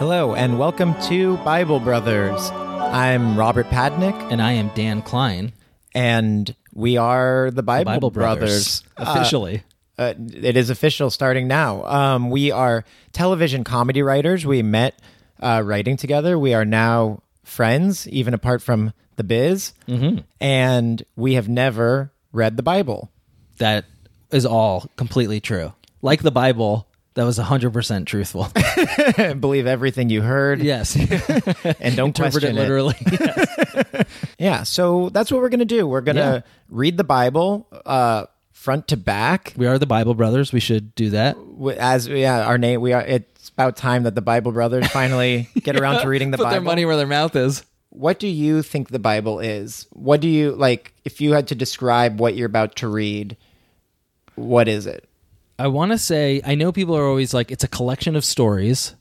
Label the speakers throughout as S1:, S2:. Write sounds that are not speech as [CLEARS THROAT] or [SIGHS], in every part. S1: Hello, and welcome to Bible Brothers. I'm Robert Padnick,
S2: And I am Dan Klein,
S1: and we are the Bible,
S2: Bible
S1: Brothers.
S2: Brothers, officially.
S1: Uh, it is official starting now. Um, we are television comedy writers. We met uh, writing together. We are now friends, even apart from the biz. Mm-hmm. And we have never read the Bible.
S2: that is all completely true. Like the Bible, that was 100% [LAUGHS] truthful.
S1: Believe everything you heard
S2: yes. [LAUGHS]
S1: and don't
S2: Interpret it
S1: question it.
S2: [LAUGHS] literally.
S1: Yeah, so that's what we're going to do. We're going to read the Bible uh, front to back.
S2: we are the Bible Brothers. We should do that.
S1: w- as yeah, our name we are. It's about time that the Bible
S2: [LAUGHS]
S1: brothers finally get around to reading the
S2: Put
S1: Bible.
S2: their money where their mouth is.
S1: What do you think the Bible is? What do you like? If you had to describe what you're about to read, what is it?
S2: I want to say, I know people are always like, it's a collection of stories.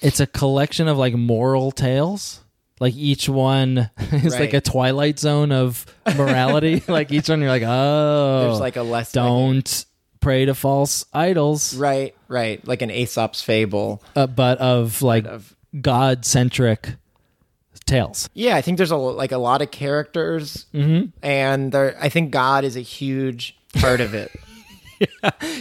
S2: It's a collection of like moral tales. Like each one [LAUGHS] is
S1: Right.
S2: like a twilight zone of [LAUGHS] morality. like each one, you're like, oh,
S1: There's like a lesson.
S2: don't pray to false idols.
S1: Right, right, like an Aesop's fable.
S2: uh, but of like God centric tales.
S1: Yeah, I think there's a like a lot of characters,
S2: Mm-hmm.
S1: and there, I think God is a huge part of
S2: [LAUGHS]
S1: it.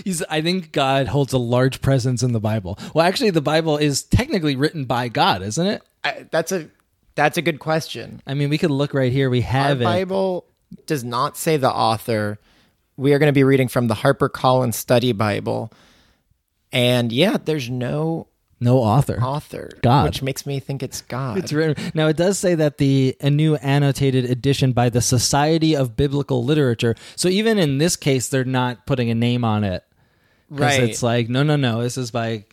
S2: He's, I think God holds a large presence in the Bible. Well, actually, the Bible is technically written by God, isn't it?
S1: I, that's a that's a good question.
S2: I mean, we could look right here. We
S1: Our
S2: have it.
S1: Bible does not say the author. We are going to be reading from the HarperCollins Study Bible. And yeah, there's no
S2: No author.
S1: author,
S2: God.
S1: which makes me think it's God.
S2: It's written. Now it does say that the a new annotated edition by the Society of Biblical Literature. So even in this case, they're not putting a name on it. 'Cause
S1: Right.
S2: It's like no, no, no. This is by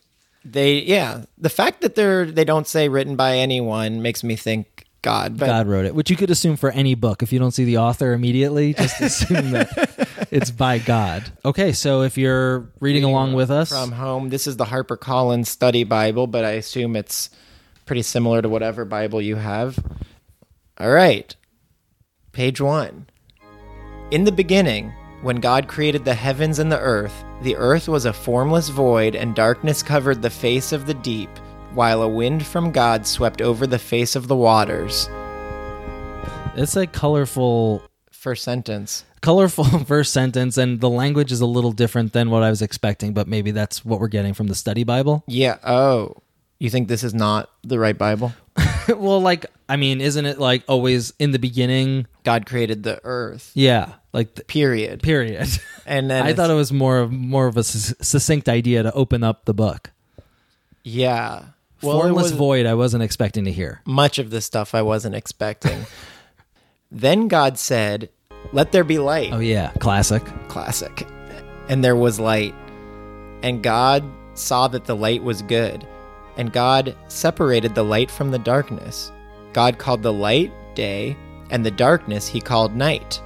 S1: they yeah, the fact that they're they don't say written by anyone makes me think God. But
S2: God wrote it, which you could assume for any book. If you don't see the author
S1: [LAUGHS]
S2: immediately, just assume that it's by God. Okay, so if you're reading, along with us,
S1: from home, this is the HarperCollins Study Bible, but I assume it's pretty similar to whatever Bible you have. All right. Page one. In the beginning, when God created the heavens and the earth, the earth was a formless void, and darkness covered the face of the deep, while a wind from God swept over the face of the waters.
S2: it's a colorful,
S1: First sentence.
S2: colorful [LAUGHS] verse sentence, and the language is a little different than what I was expecting, but maybe that's what we're getting from the
S1: [LAUGHS]
S2: study Bible.
S1: Yeah. Oh. You think this is not the right Bible?
S2: well, like, I mean, isn't it like always in the beginning?
S1: God created the earth.
S2: Yeah, like, the,
S1: Period.
S2: period.
S1: [LAUGHS] And then
S2: I
S1: it's-
S2: thought it was more of more of a sus- succinct idea to open up the book.
S1: Yeah. Well, it
S2: Formless
S1: was
S2: void, I wasn't expecting to hear.
S1: much of the stuff I wasn't
S2: [LAUGHS]
S1: expecting. then God said, Let there be light.
S2: Oh yeah, classic.
S1: Classic. And there was light. And God saw that the light was good. And God separated the light from the darkness. God called the light day, and the darkness he called night.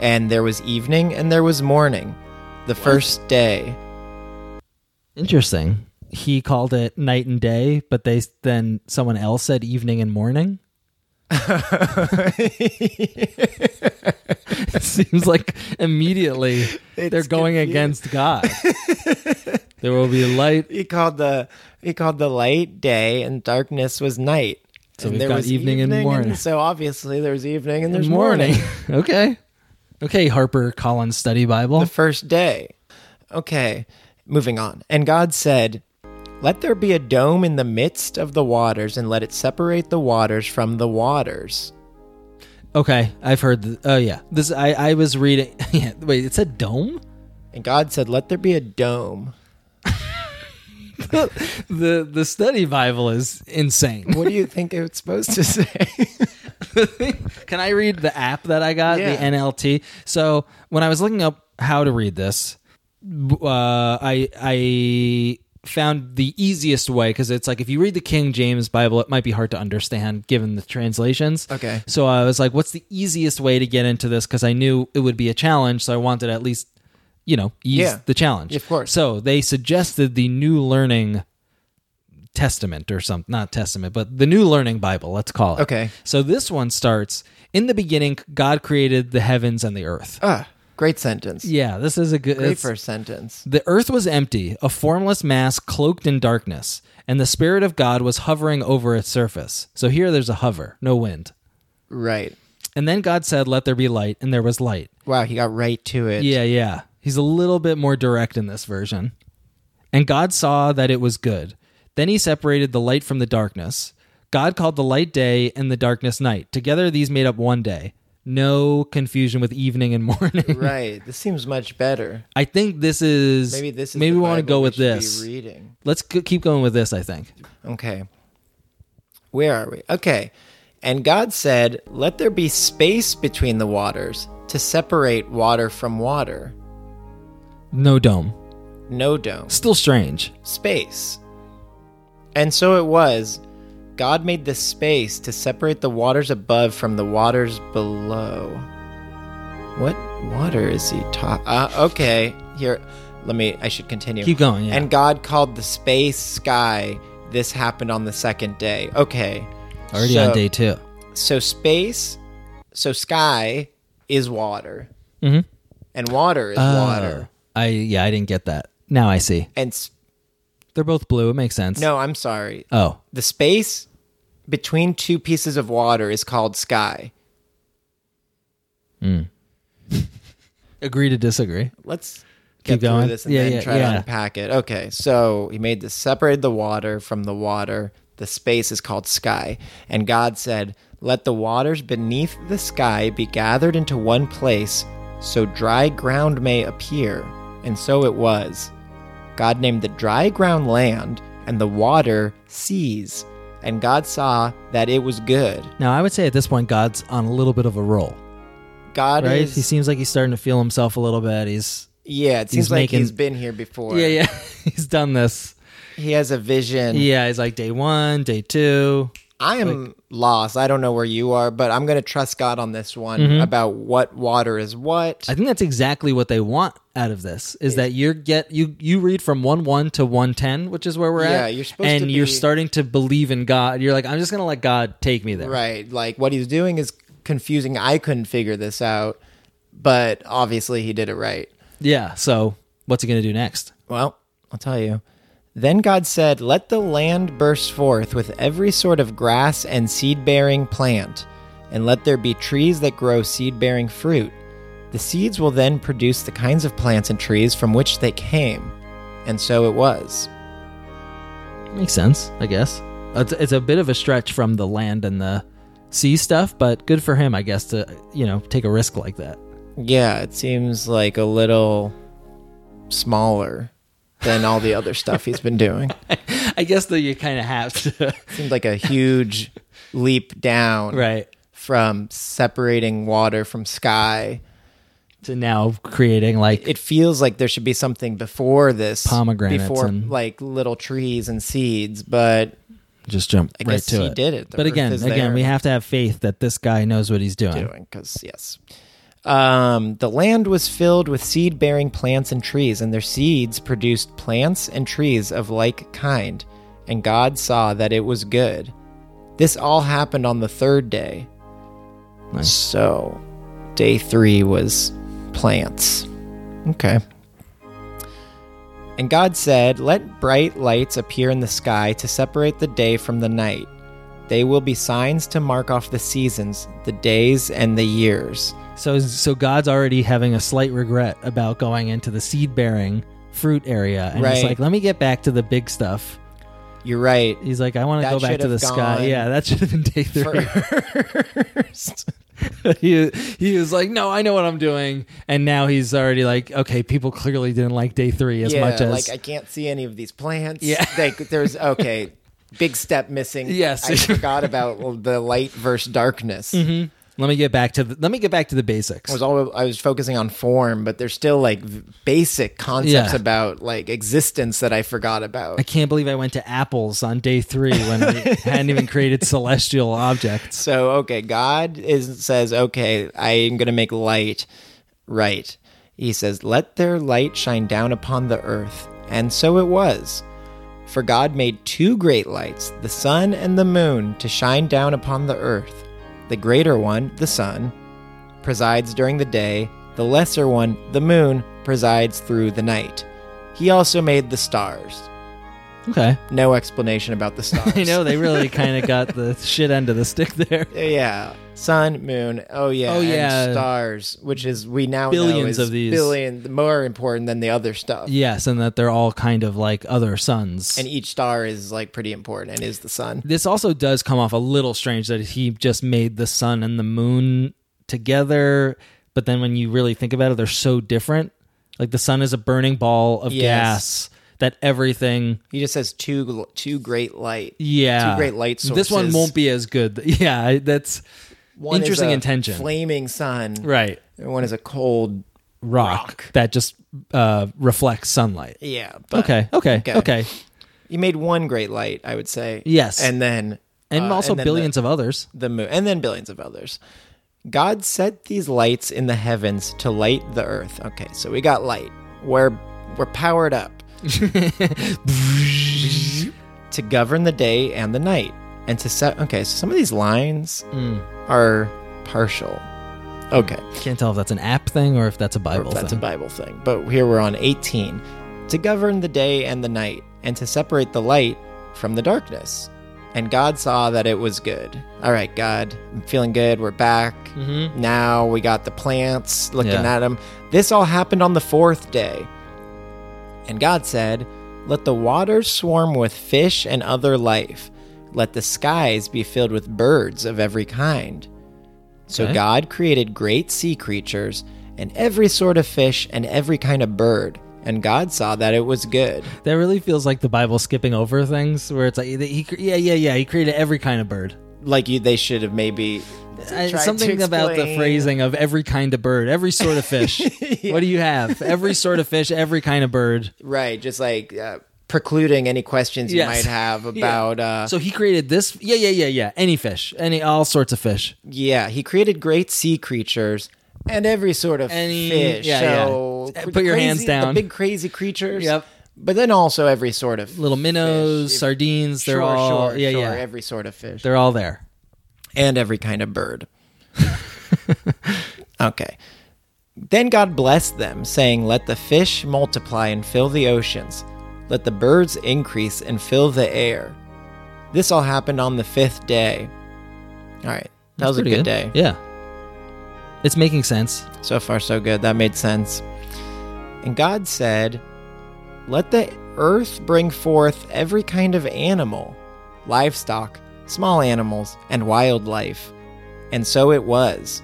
S1: And there was evening and there was morning, the first
S2: [LAUGHS]
S1: day.
S2: Interesting. He called it night and day, but they then someone else said evening and morning. [LAUGHS] it seems like immediately they're going against God. there will be light.
S1: He called the he called the light day and darkness was night. So
S2: we've got evening and morning.
S1: so obviously there's evening and there's morning.
S2: morning. [LAUGHS] okay. Okay, Harper Collins Study Bible.
S1: The first day. Okay, moving on. And God said, "Let there be a dome in the midst of the waters, and let it separate the waters from the waters."
S2: Okay, I've heard. Th- oh yeah, this I I was reading. [LAUGHS] Yeah, wait, it said dome. [LAUGHS]
S1: And God said, "Let there be a dome."
S2: the the Study Bible is insane.
S1: What do you think it's supposed to [LAUGHS] say?
S2: [LAUGHS] Can I read the app that I got,
S1: Yeah.
S2: the NLT? So when I was looking up how to read this, b- uh, I I found the easiest way because it's like if you read the King James Bible, it might be hard to understand given the translations.
S1: Okay.
S2: So I was like, what's the easiest way to get into this? Because I knew it would be a challenge, so I wanted to at least you know ease
S1: Yeah.
S2: the challenge.
S1: Of course.
S2: So they suggested the New Learning Testament or something, not Testament, but the New Learning Bible, let's call it.
S1: Okay.
S2: So this one starts In the beginning, God created the heavens and the earth.
S1: Ah. Great sentence.
S2: Yeah, this is a good.
S1: Great
S2: it's-
S1: first sentence.
S2: The earth was empty, a formless mass cloaked in darkness, and the Spirit of God was hovering over its surface. So here there's a hover, no wind.
S1: Right.
S2: And then God said, Let there be light, and there was light.
S1: Wow, he got right to it.
S2: Yeah, yeah. He's a little bit more direct in this version. And God saw that it was good. Then he separated the light from the darkness. God called the light day and the darkness night. Together these made up one day. No confusion with evening and [LAUGHS] morning.
S1: Right. This seems much better.
S2: I think this is
S1: Maybe this is
S2: maybe
S1: the
S2: we want to
S1: Bible
S2: go
S1: we
S2: with
S1: should be
S2: this.
S1: reading.
S2: Let's c- keep going with this, I think.
S1: Okay. Where are we? Okay. And God said, Let there be space between the waters to separate water from water.
S2: No dome.
S1: No dome.
S2: Still strange.
S1: Space. And so it was. God made the space to separate the waters above from the waters below. What water is he talking? Uh, okay, here. Let me. I should continue.
S2: Keep going, yeah.
S1: And God called the space sky. This happened on the second day. Okay.
S2: Already
S1: so,
S2: on day two.
S1: So space, so sky is water,
S2: Mhm.
S1: and water is water,
S2: Oh, I yeah, I didn't get that. Now I see.
S1: and s-
S2: They're both blue. It makes sense.
S1: no, I'm sorry.
S2: Oh,
S1: the space between two pieces of water is called sky.
S2: agree to disagree.
S1: Let's get
S2: Keep going.
S1: through this and
S2: Yeah,
S1: then
S2: yeah,
S1: try
S2: yeah.
S1: to unpack it. Okay, so he made the separate the water from the water. The space is called sky, and God said, "Let the waters beneath the sky be gathered into one place, so dry ground may appear." And so it was. God named the dry ground land, and the water seas. And God saw that it was good.
S2: Now I would say at this point God's on a little bit of a roll,
S1: God
S2: right?
S1: is
S2: He seems like he's starting to feel himself a little bit. He's
S1: Yeah, it
S2: He's
S1: seems like
S2: making-
S1: he's been here before.
S2: yeah, yeah. [LAUGHS] he's done this.
S1: He has a vision.
S2: Yeah, he's like day one, day two.
S1: I am lost. I don't know where you are, but I'm going to trust God on this one about what water is what.
S2: Mm-hmm. I think that's exactly what they want out of this is that you get you you read from one one to one ten, which is where we're
S1: Yeah,
S2: at.
S1: you're supposed
S2: and
S1: to
S2: you're
S1: be-
S2: starting to believe in God. You're like, I'm just gonna let God take me there.
S1: right. Like what he's doing is confusing. I couldn't figure this out, but obviously he did it right.
S2: Yeah. So what's he gonna do next?
S1: Well, I'll tell you. Then God said, Let the land burst forth with every sort of grass and seed bearing plant, and let there be trees that grow seed bearing fruit. The seeds will then produce the kinds of plants and trees from which they came. And so it was.
S2: Makes sense, I guess. It's, it's a bit of a stretch from the land and the sea stuff, but good for him, I guess, to you know take a risk like that.
S1: Yeah, it seems like a little smaller than all the other stuff he's been doing.
S2: I guess that you kind of
S1: [LAUGHS]
S2: have to,
S1: seems like a huge leap down
S2: right?
S1: from separating water from sky.
S2: To now creating like
S1: it feels like there should be something before this
S2: Pomegranates
S1: before
S2: and-
S1: like little trees and seeds but
S2: just jump
S1: i
S2: right
S1: guess
S2: to
S1: he
S2: it.
S1: did it The
S2: but
S1: earth
S2: again,
S1: is
S2: again,
S1: there
S2: we have to have faith that this guy knows what he's doing.
S1: doing because yes um, the land was filled with seed bearing plants and trees and their seeds produced plants and trees of like kind and god saw that it was good this all happened on the third day
S2: Nice.
S1: so day three was plants okay And God said, Let bright lights appear in the sky to separate the day from the night. They will be signs to mark off the seasons, the days, and the years.
S2: So so God's already having a slight regret about going into the seed bearing fruit area, and
S1: Right.
S2: he's like, let me get back to the big stuff.
S1: You're
S2: [LAUGHS]
S1: right.
S2: He's like, I want to
S1: That
S2: go back
S1: should
S2: to the
S1: have
S2: sky.
S1: gone
S2: Yeah, that should have been day three.
S1: First.
S2: [LAUGHS] he he was like, no, I know what I'm doing, and now he's already like, okay, people clearly didn't like day three as
S1: yeah,
S2: much as
S1: like I can't see any of these plants.
S2: Yeah.
S1: [LAUGHS] like there's okay, big step missing.
S2: Yes. Mm-hmm.
S1: I forgot about the light versus darkness.
S2: let me get back to the, let me get back to the basics.
S1: I was all I was focusing on form, but there's still like v- basic concepts
S2: Yeah.
S1: about like existence that I forgot about.
S2: I can't believe I went to apples on day three
S1: [LAUGHS]
S2: when I hadn't even created celestial objects.
S1: So okay, God is says, okay, I am going to make light. Right. He says, let their light shine down upon the earth. And so it was. For God made two great lights, the sun and the moon, to shine down upon the earth. The greater one, the sun, presides during the day, the lesser one, the moon, presides through the night. He also made the stars.
S2: Okay.
S1: No explanation about the stars.
S2: [LAUGHS] I know they really kind of got the shit end of the stick [LAUGHS] there.
S1: Oh, Yeah. Sun, moon, oh yeah,
S2: Oh,
S1: and
S2: yeah.
S1: stars, which is we now know
S2: Billions
S1: is
S2: of these.
S1: billion more important than the other stuff.
S2: Yes, and that they're all kind of like other suns.
S1: And each star is like pretty important and is the sun.
S2: this also does come off a little strange that he just made the sun and the moon together, but then when you really think about it, they're so different. Like the sun is a burning ball of
S1: Yes.
S2: gas that everything
S1: He just has two two great light.
S2: yeah
S1: Two great light
S2: This one
S1: sources.
S2: won't be as good. [LAUGHS] Yeah, I- that's
S1: One is
S2: Interesting
S1: a
S2: intention.
S1: Flaming sun.
S2: right.
S1: And one is a cold.
S2: Rock, that just uh, reflects sunlight.
S1: Yeah. But
S2: okay, okay,
S1: okay.
S2: okay,
S1: You made one great light, I would say.
S2: Yes.
S1: And then
S2: and
S1: uh,
S2: also
S1: then
S2: billions
S1: the,
S2: of others.
S1: the moon and then billions of others. God set these lights in the heavens to light the earth. Okay, so we got light. We're we're powered up. to govern the day and the night. And to set okay, so some of these lines are partial. Okay.
S2: Can't tell if that's an app thing or if that's a
S1: or
S2: Bible
S1: if that's
S2: thing.
S1: a Bible thing. But here we're on 18. To govern the day and the night, and to separate the light from the darkness. And God saw that it was good. All right, God, I'm feeling good. We're back. Now we got the plants looking
S2: Mm-hmm. Yeah.
S1: at them. This all happened on the fourth day. And God said, Let the waters swarm with fish and other life. Let the skies be filled with birds of every kind. So
S2: Okay.
S1: God created great sea creatures and every sort of fish and every kind of bird. And God saw that it was good.
S2: That really feels like the Bible skipping over things, where it's like he, he cre- yeah, yeah, yeah. He created every kind of bird.
S1: Like you, they should have maybe
S2: I-
S1: tried to
S2: something about the
S1: explain.
S2: phrasing of every kind of bird, every sort
S1: [LAUGHS]
S2: of fish. What do you have? Every sort of fish, every kind of bird.
S1: right, just like uh, precluding any questions you
S2: Yes.
S1: might
S2: [LAUGHS]
S1: have about. Uh,
S2: So he created this. Yeah, yeah, yeah, yeah. Any fish, any all sorts of fish.
S1: yeah, he created great sea creatures and every sort of
S2: Any-
S1: fish.
S2: yeah,
S1: so
S2: yeah.
S1: cr-
S2: Put your
S1: crazy-
S2: hands down.
S1: The big crazy creatures.
S2: Yep.
S1: But then also every sort of
S2: Little minnows,
S1: Fish, if-
S2: sardines. They're
S1: sure,
S2: all
S1: sure,
S2: yeah,
S1: sure,
S2: yeah.
S1: every sort of fish.
S2: they're all there.
S1: and every kind of bird. [LAUGHS] okay. Then God blessed them, saying, Let the fish multiply and fill the oceans, let the birds increase and fill the air. This all happened on the fifth day. All right. That was a
S2: Pretty
S1: good, day.
S2: Yeah, it's making sense.
S1: So far, so good. That made sense. And God said, Let the earth bring forth every kind of animal, livestock, small animals, and wildlife. And so it was.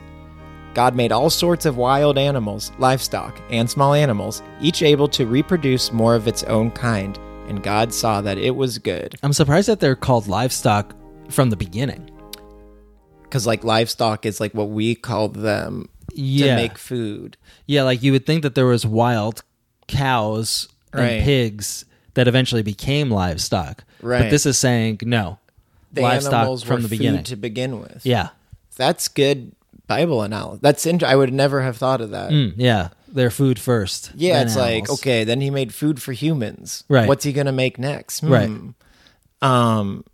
S1: God made all sorts of wild animals, livestock, and small animals, each able to reproduce more of its own kind. And God saw that it was good.
S2: I'm surprised that they're called livestock from the beginning.
S1: Because, like, livestock is like what we call them
S2: Yeah.
S1: to make food.
S2: Yeah, like you would think that there was wild cows and
S1: Right.
S2: pigs that eventually became livestock.
S1: Right.
S2: But this is saying no.
S1: The
S2: livestock
S1: animals
S2: from
S1: were
S2: the
S1: food
S2: beginning.
S1: to begin with.
S2: yeah.
S1: That's good Bible analysis. That's int- I would never have thought of that.
S2: Mm, yeah. Their food first.
S1: Yeah,
S2: then
S1: it's like
S2: animals.
S1: okay, then he made food for humans.
S2: Right.
S1: What's he gonna make next? Hmm.
S2: Right.
S1: Um.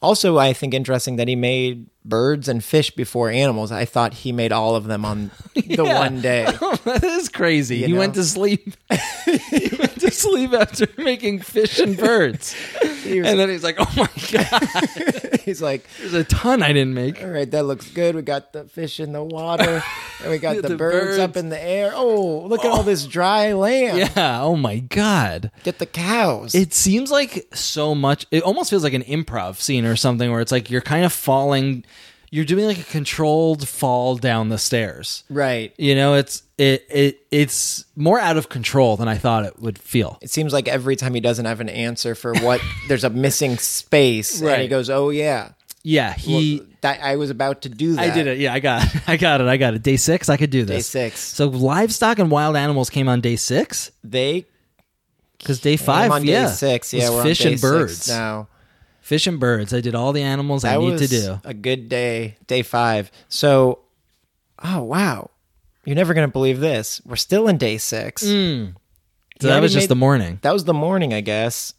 S1: Also, I think interesting that he made birds and fish before animals. I thought he made all of them
S2: [LAUGHS]
S1: on the
S2: Yeah.
S1: one day.
S2: [LAUGHS] that is crazy. You,
S1: know?
S2: went to sleep. [LAUGHS] you went to sleep after [LAUGHS] making fish and birds.
S1: was-
S2: and then he's like, oh my God,
S1: He's like,
S2: there's a ton I didn't make.
S1: all right, that looks good. We got the fish in the water, and we
S2: [LAUGHS]
S1: got the,
S2: The
S1: birds, up
S2: birds.
S1: in the air. Oh, look at all this dry land.
S2: [LAUGHS] Yeah. Oh my God.
S1: Get the cows.
S2: It seems like so much. It almost feels like an improv scene or something where it's like you're kind of falling. You're doing like a controlled fall down the stairs.
S1: right.
S2: You know, it's it it it's more out of control than I thought it would feel.
S1: it seems like every time he doesn't have an answer for what
S2: [LAUGHS]
S1: there's a missing space and he
S2: Right.
S1: goes oh yeah
S2: Yeah, he.
S1: that i was about to do that
S2: I did it. Yeah, I got [LAUGHS] I got it. I got it. Day six, I could do this.
S1: six.
S2: So livestock and wild animals came on day six
S1: they
S2: because day
S1: i
S2: five,
S1: on
S2: yeah,
S1: day six
S2: was
S1: yeah we're
S2: fish
S1: on day
S2: and birds.
S1: six now
S2: Fish and birds. I did all the animals
S1: that
S2: I need
S1: was
S2: to do.
S1: a good day day five so oh wow you're never gonna believe this we're still in day six
S2: So
S1: He
S2: that
S1: already
S2: was just
S1: made-
S2: the morning.
S1: That was the morning, I guess.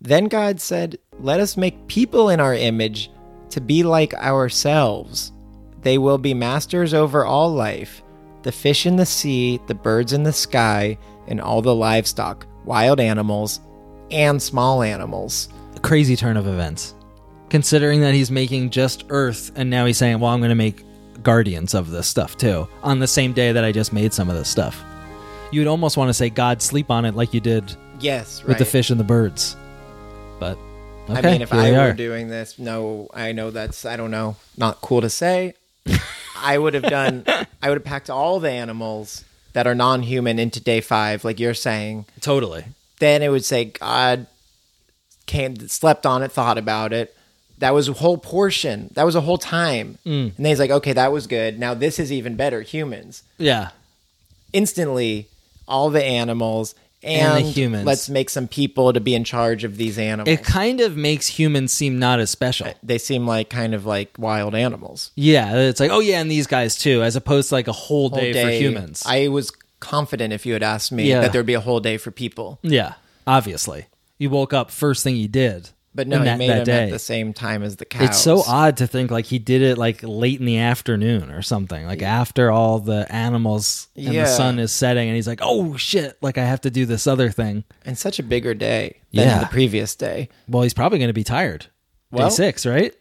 S1: Then God said, Let us make people in our image to be like ourselves. They will be masters over all life. the fish in the sea, the birds in the sky, and all the livestock, wild animals, and small animals.
S2: Crazy turn of events. Considering that he's making just Earth and now he's saying, well, I'm going to make guardians of this stuff too on the same day that I just made some of this stuff. You'd almost want to say, God, sleep on it like you did
S1: Yes, right.
S2: with the fish and the birds. But okay,
S1: I mean, if
S2: here
S1: I
S2: they
S1: were
S2: are.
S1: doing this, no, I know that's I don't know, not cool to say. I would have done. I would have packed all the animals that are non-human into day five, like you're saying.
S2: totally.
S1: Then it would say God came, slept on it, thought about it. That was a whole portion. That was a whole time. And
S2: Mm.
S1: then he's like, okay, that was good. Now this is even better. Humans
S2: Yeah.
S1: instantly, all the animals.
S2: And
S1: And,
S2: the humans.
S1: let's make some people to be in charge of these animals.
S2: It kind of makes humans seem not as special.
S1: they seem like kind of like wild animals.
S2: Yeah, it's like, oh yeah, and these guys too, as opposed to like a whole day, for
S1: Day-
S2: humans.
S1: I was confident if you had asked me
S2: Yeah.
S1: that there'd be a whole day for people,
S2: yeah, obviously. You woke up first thing you did.
S1: but no,
S2: in
S1: he
S2: that,
S1: made
S2: that
S1: them
S2: day.
S1: at the same time as the cows.
S2: it's so odd to think like he did it like late in the afternoon or something, like after all the animals and
S1: Yeah.
S2: the sun is setting, and he's like, "Oh shit! Like I have to do this other thing."
S1: and such a bigger day than
S2: Yeah.
S1: the previous day.
S2: Well, he's probably going to be tired.
S1: Well-
S2: day six, right?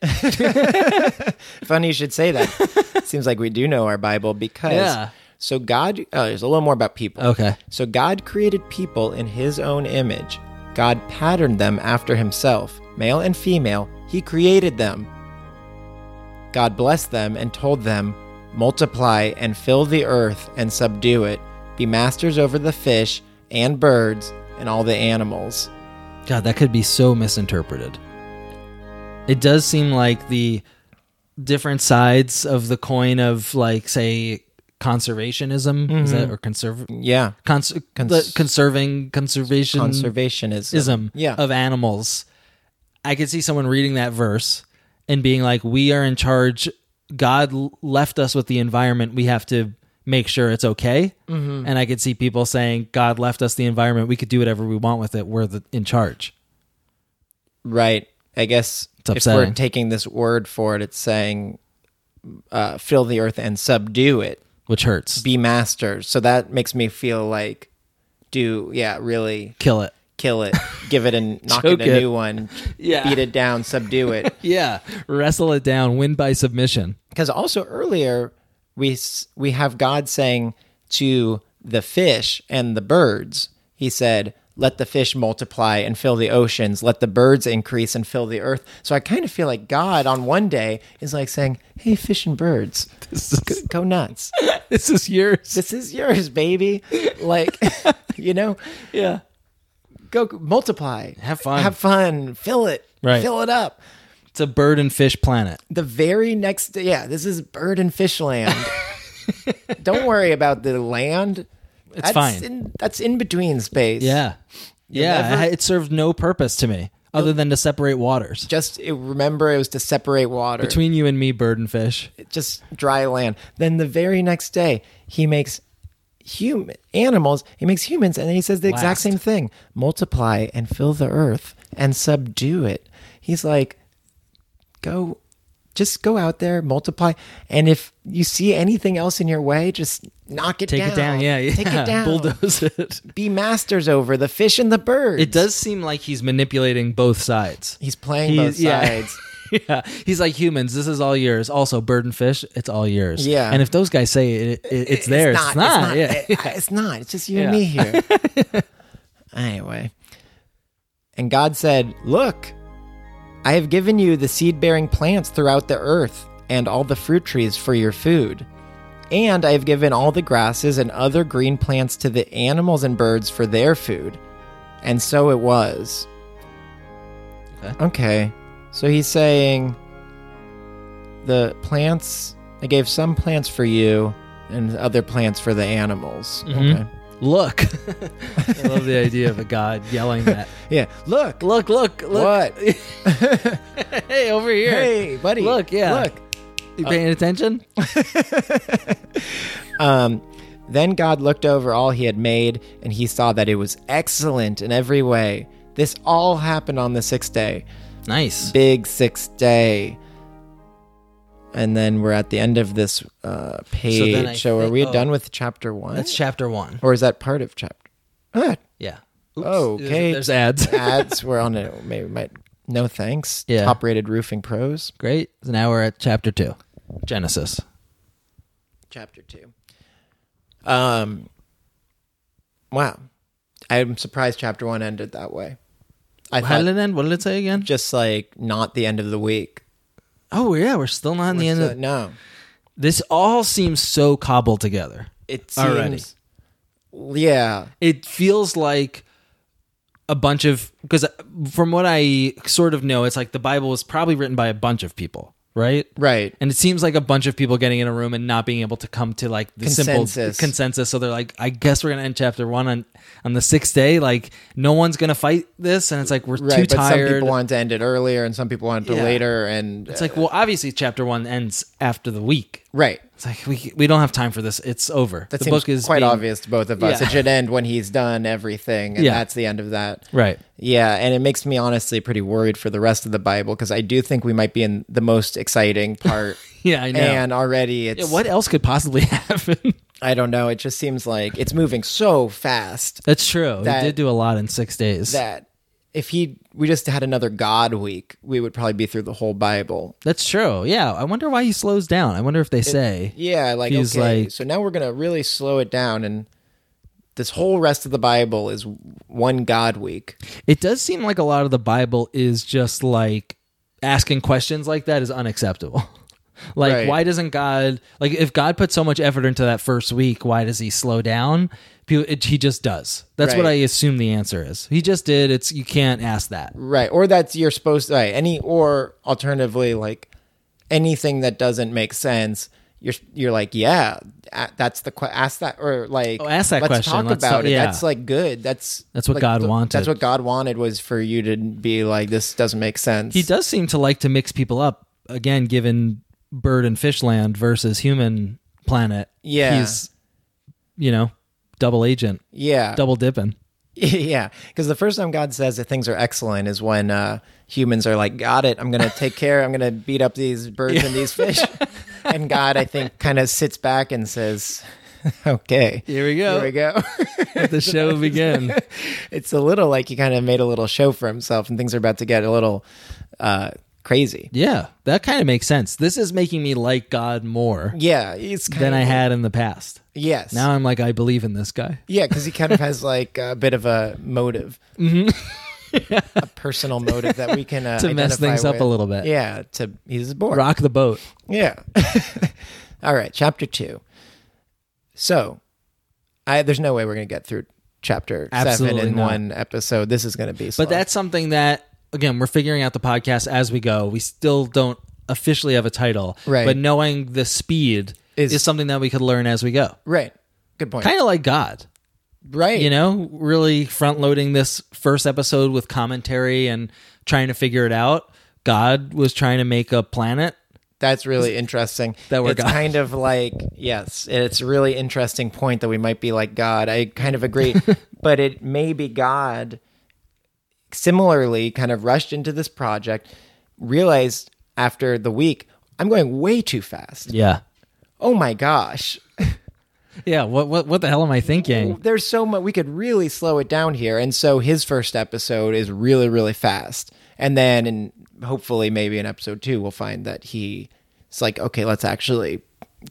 S1: Funny you should say that.
S2: [LAUGHS]
S1: Seems like we do know our Bible because
S2: Yeah.
S1: so God. Oh, there's a little more about people.
S2: okay.
S1: So God created people in His own image. God patterned them after Himself, male and female. He created them. God blessed them and told them, Multiply and fill the earth and subdue it. Be masters over the fish and birds and all the animals.
S2: God, that could be so misinterpreted. It does seem like the different sides of the coin of like say conservationism is that or conserv
S1: Yeah.
S2: cons- the conserving conservation
S1: Conservationism.
S2: ism
S1: Yeah.
S2: of animals. I could see someone reading that verse and being like, "We are in charge. God l- left us with the environment. We have to make sure it's okay."
S1: Mm-hmm.
S2: And I could see people saying, "God left us the environment. We could do whatever we want with it. We're the, in charge."
S1: Right. I guess if we're
S2: upsetting.
S1: taking this word for it, it's saying, uh, Fill the earth and subdue it.
S2: Which hurts.
S1: be masters. So that makes me feel like, do yeah, really
S2: Kill it.
S1: kill it, give it and knock
S2: Choke
S1: it a [LAUGHS]
S2: it.
S1: new one,
S2: [LAUGHS] Yeah.
S1: beat it down, subdue it.
S2: Yeah, wrestle it down. Win by submission. [LAUGHS]
S1: Because also earlier we s- we have God saying to the fish and the birds, He said. Let the fish multiply and fill the oceans. Let the birds increase and fill the earth. So I kind of feel like God on one day is like saying, "Hey, fish and
S2: [LAUGHS]
S1: birds, go, go nuts.
S2: This is yours.
S1: This is yours, baby." Like, [LAUGHS] you know,
S2: Yeah.
S1: go multiply
S2: Have fun.
S1: have fun fill it
S2: Right.
S1: fill it up
S2: It's a bird and fish planet.
S1: the very next day yeah this is bird and fish
S2: [LAUGHS]
S1: land don't worry about the land it's that's
S2: fine.
S1: in, that's in between space
S2: Yeah. yeah.
S1: never-
S2: it- It served no purpose to me other than to separate waters.
S1: just it, remember it was to separate water
S2: Between you and me, bird and fish.
S1: just dry land then the very next day he makes human animals he makes humans and then he says the exact
S2: Last.
S1: same thing multiply and fill the earth and subdue it he's like go just go out there multiply and if you see anything else in your way just knock it
S2: Take
S1: down
S2: it down. Yeah. yeah.
S1: take
S2: [LAUGHS]
S1: it down
S2: Bulldoze it.
S1: be masters over the fish and the birds
S2: [LAUGHS] It does seem like he's manipulating both sides.
S1: he's playing both
S2: He's- yeah.
S1: sides
S2: [LAUGHS] yeah. He's like, humans, this is all yours. Also, bird and fish, it's all yours.
S1: Yeah.
S2: And if those guys say it, it, it's theirs, it's not. Yeah.
S1: It's not. It's, not. It's just you and
S2: Yeah.
S1: me here. [LAUGHS] anyway. And God said, Look, I have given you the seed bearing plants throughout the earth and all the fruit trees for your food. And I have given all the grasses and other green plants to the animals and birds for their food. And so it was.
S2: Okay.
S1: okay. So he's saying the plants, I gave some plants for you and other plants for the animals.
S2: Mhm.
S1: Okay.
S2: Look. [LAUGHS] I love the idea of a god yelling that.
S1: Yeah. Look.
S2: [LAUGHS] Look, look, look.
S1: What?
S2: [LAUGHS]
S1: [LAUGHS]
S2: hey, over here.
S1: hey, buddy.
S2: Look, yeah.
S1: Look.
S2: You paying attention?
S1: Um, then God looked over all he had made, and he saw that it was excellent in every way. This all happened on the sixth day.
S2: Nice.
S1: Big sixth day. And then we're at the end of this uh, page. So,
S2: I
S1: are
S2: think-
S1: we
S2: oh.
S1: done with chapter one?
S2: That's chapter one.
S1: or is that part of chapter? Ah,
S2: Yeah. Oops.
S1: Oh, okay.
S2: There's, there's ads. [LAUGHS]
S1: ads. We're on it. Maybe might. No thanks.
S2: Yeah.
S1: Top rated roofing pros.
S2: Great. So now we're at chapter two, Genesis.
S1: Chapter two. Um. Wow, I'm surprised chapter one ended that way. I
S2: How
S1: thought
S2: did it end? What did it say again?
S1: just like not the end of the week.
S2: Oh yeah, we're still not in the end.
S1: So,
S2: of,
S1: no,
S2: this all seems so cobbled together.
S1: it seems.
S2: Already.
S1: Yeah,
S2: it feels like a bunch of because from what I sort of know, it's like the Bible was probably written by a bunch of people, right?
S1: right.
S2: And it seems like a bunch of people getting in a room and not being able to come to like the
S1: Consensus.
S2: simple consensus. So they're like, I guess we're gonna end chapter one on on the sixth day. Like no one's gonna fight this, and it's like we're
S1: right,
S2: too
S1: but
S2: tired.
S1: some people want to end it earlier, and some people want it
S2: Yeah.
S1: later, and uh,
S2: it's like, well, obviously, chapter one ends after the week.
S1: right.
S2: It's like we we don't have time for this. It's over.
S1: That
S2: the
S1: seems
S2: book is
S1: quite
S2: being-
S1: obvious to both of us.
S2: Yeah.
S1: It should end when he's done everything, and
S2: Yeah.
S1: that's the end of that.
S2: right?
S1: Yeah, and it makes me honestly pretty worried for the rest of the Bible because I do think we might be in the most exciting part.
S2: Yeah, [LAUGHS] I know.
S1: And already it's
S2: Yeah, what else could possibly [LAUGHS] happen?
S1: I don't know, it just seems like it's moving so fast
S2: That's true.
S1: That-
S2: he did do a lot in six days.
S1: that if he we just had another God week, we would probably be through the whole Bible.
S2: That's true. Yeah. I wonder why he slows down. I wonder if they say
S1: Yeah, like
S2: He's
S1: okay,
S2: like-
S1: so now we're gonna really slow it down and this whole rest of the Bible is one God week.
S2: it does seem like a lot of the Bible is just like asking questions like that is unacceptable. [LAUGHS] like
S1: Right.
S2: why doesn't God like if God put so much effort into that first week, why does he slow down? People, it, he just does. That's what
S1: Right.
S2: I assume the answer is. He just did. It's you can't ask that.
S1: Right. Or that's you're supposed right. Any or alternatively, like anything that doesn't make sense, you're you're like, yeah, a- that's the que- ask that or like
S2: Oh, ask that
S1: let's
S2: question.
S1: Talk
S2: Let's
S1: about
S2: talk-
S1: it.
S2: yeah.
S1: That's like good. That's
S2: That's what
S1: like,
S2: God wanted.
S1: That's what God wanted was for you to be like, this doesn't make sense.
S2: He does seem to like to mix people up again, given bird and fish land versus human planet.
S1: Yeah.
S2: he's you know double agent,
S1: yeah.
S2: double dipping.
S1: [LAUGHS] yeah. Because the first time God says that things are excellent is when uh, humans are like, got it. I'm going to take care. I'm going to beat up these birds and these fish. and God, I think, kind of sits back and says, [LAUGHS] okay.
S2: Here we go.
S1: Here we go. [LAUGHS]
S2: Let the show begin.
S1: it's a little like he kind of made a little show for himself, and things are about to get a little uh, crazy.
S2: yeah, that kind of makes sense. This is making me like God more
S1: Yeah, it's kind
S2: than
S1: of,
S2: I had in the past.
S1: Yes.
S2: Now I'm like, I believe in this guy.
S1: yeah, because he kind of has like a bit of a motive, [LAUGHS] a personal motive that we can uh,
S2: Mm-hmm. [LAUGHS] To mess
S1: identify
S2: things up a
S1: with.
S2: little bit.
S1: Yeah, to he's bored.
S2: Rock the boat.
S1: Yeah. [LAUGHS] All right, chapter two. So, I there's no way we're gonna get through chapter
S2: Absolutely
S1: seven in
S2: not.
S1: one episode. This is gonna be slow.
S2: But that's something that again, we're figuring out the podcast as we go. We still don't officially have a title,
S1: Right.
S2: But knowing the speed
S1: Is-
S2: is, something that we could learn as we go.
S1: right. Good point.
S2: Kind of like God,
S1: right.
S2: you know, really front loading this first episode with commentary and trying to figure it out. God was trying to make a planet.
S1: That's really interesting.
S2: That we're
S1: it's
S2: God.
S1: kind of like yes, it's a really interesting point that we might be like God. I kind of
S2: [LAUGHS]
S1: agree, but it may be God. Similarly, kind of rushed into this project, realized after the week, I'm going way too fast.
S2: Yeah.
S1: Oh my gosh,
S2: Yeah, what what what the hell am I thinking?
S1: there's so much we could really slow it down here. And so his first episode is really really fast, and then and hopefully maybe in episode two we'll find that he it's like okay, let's actually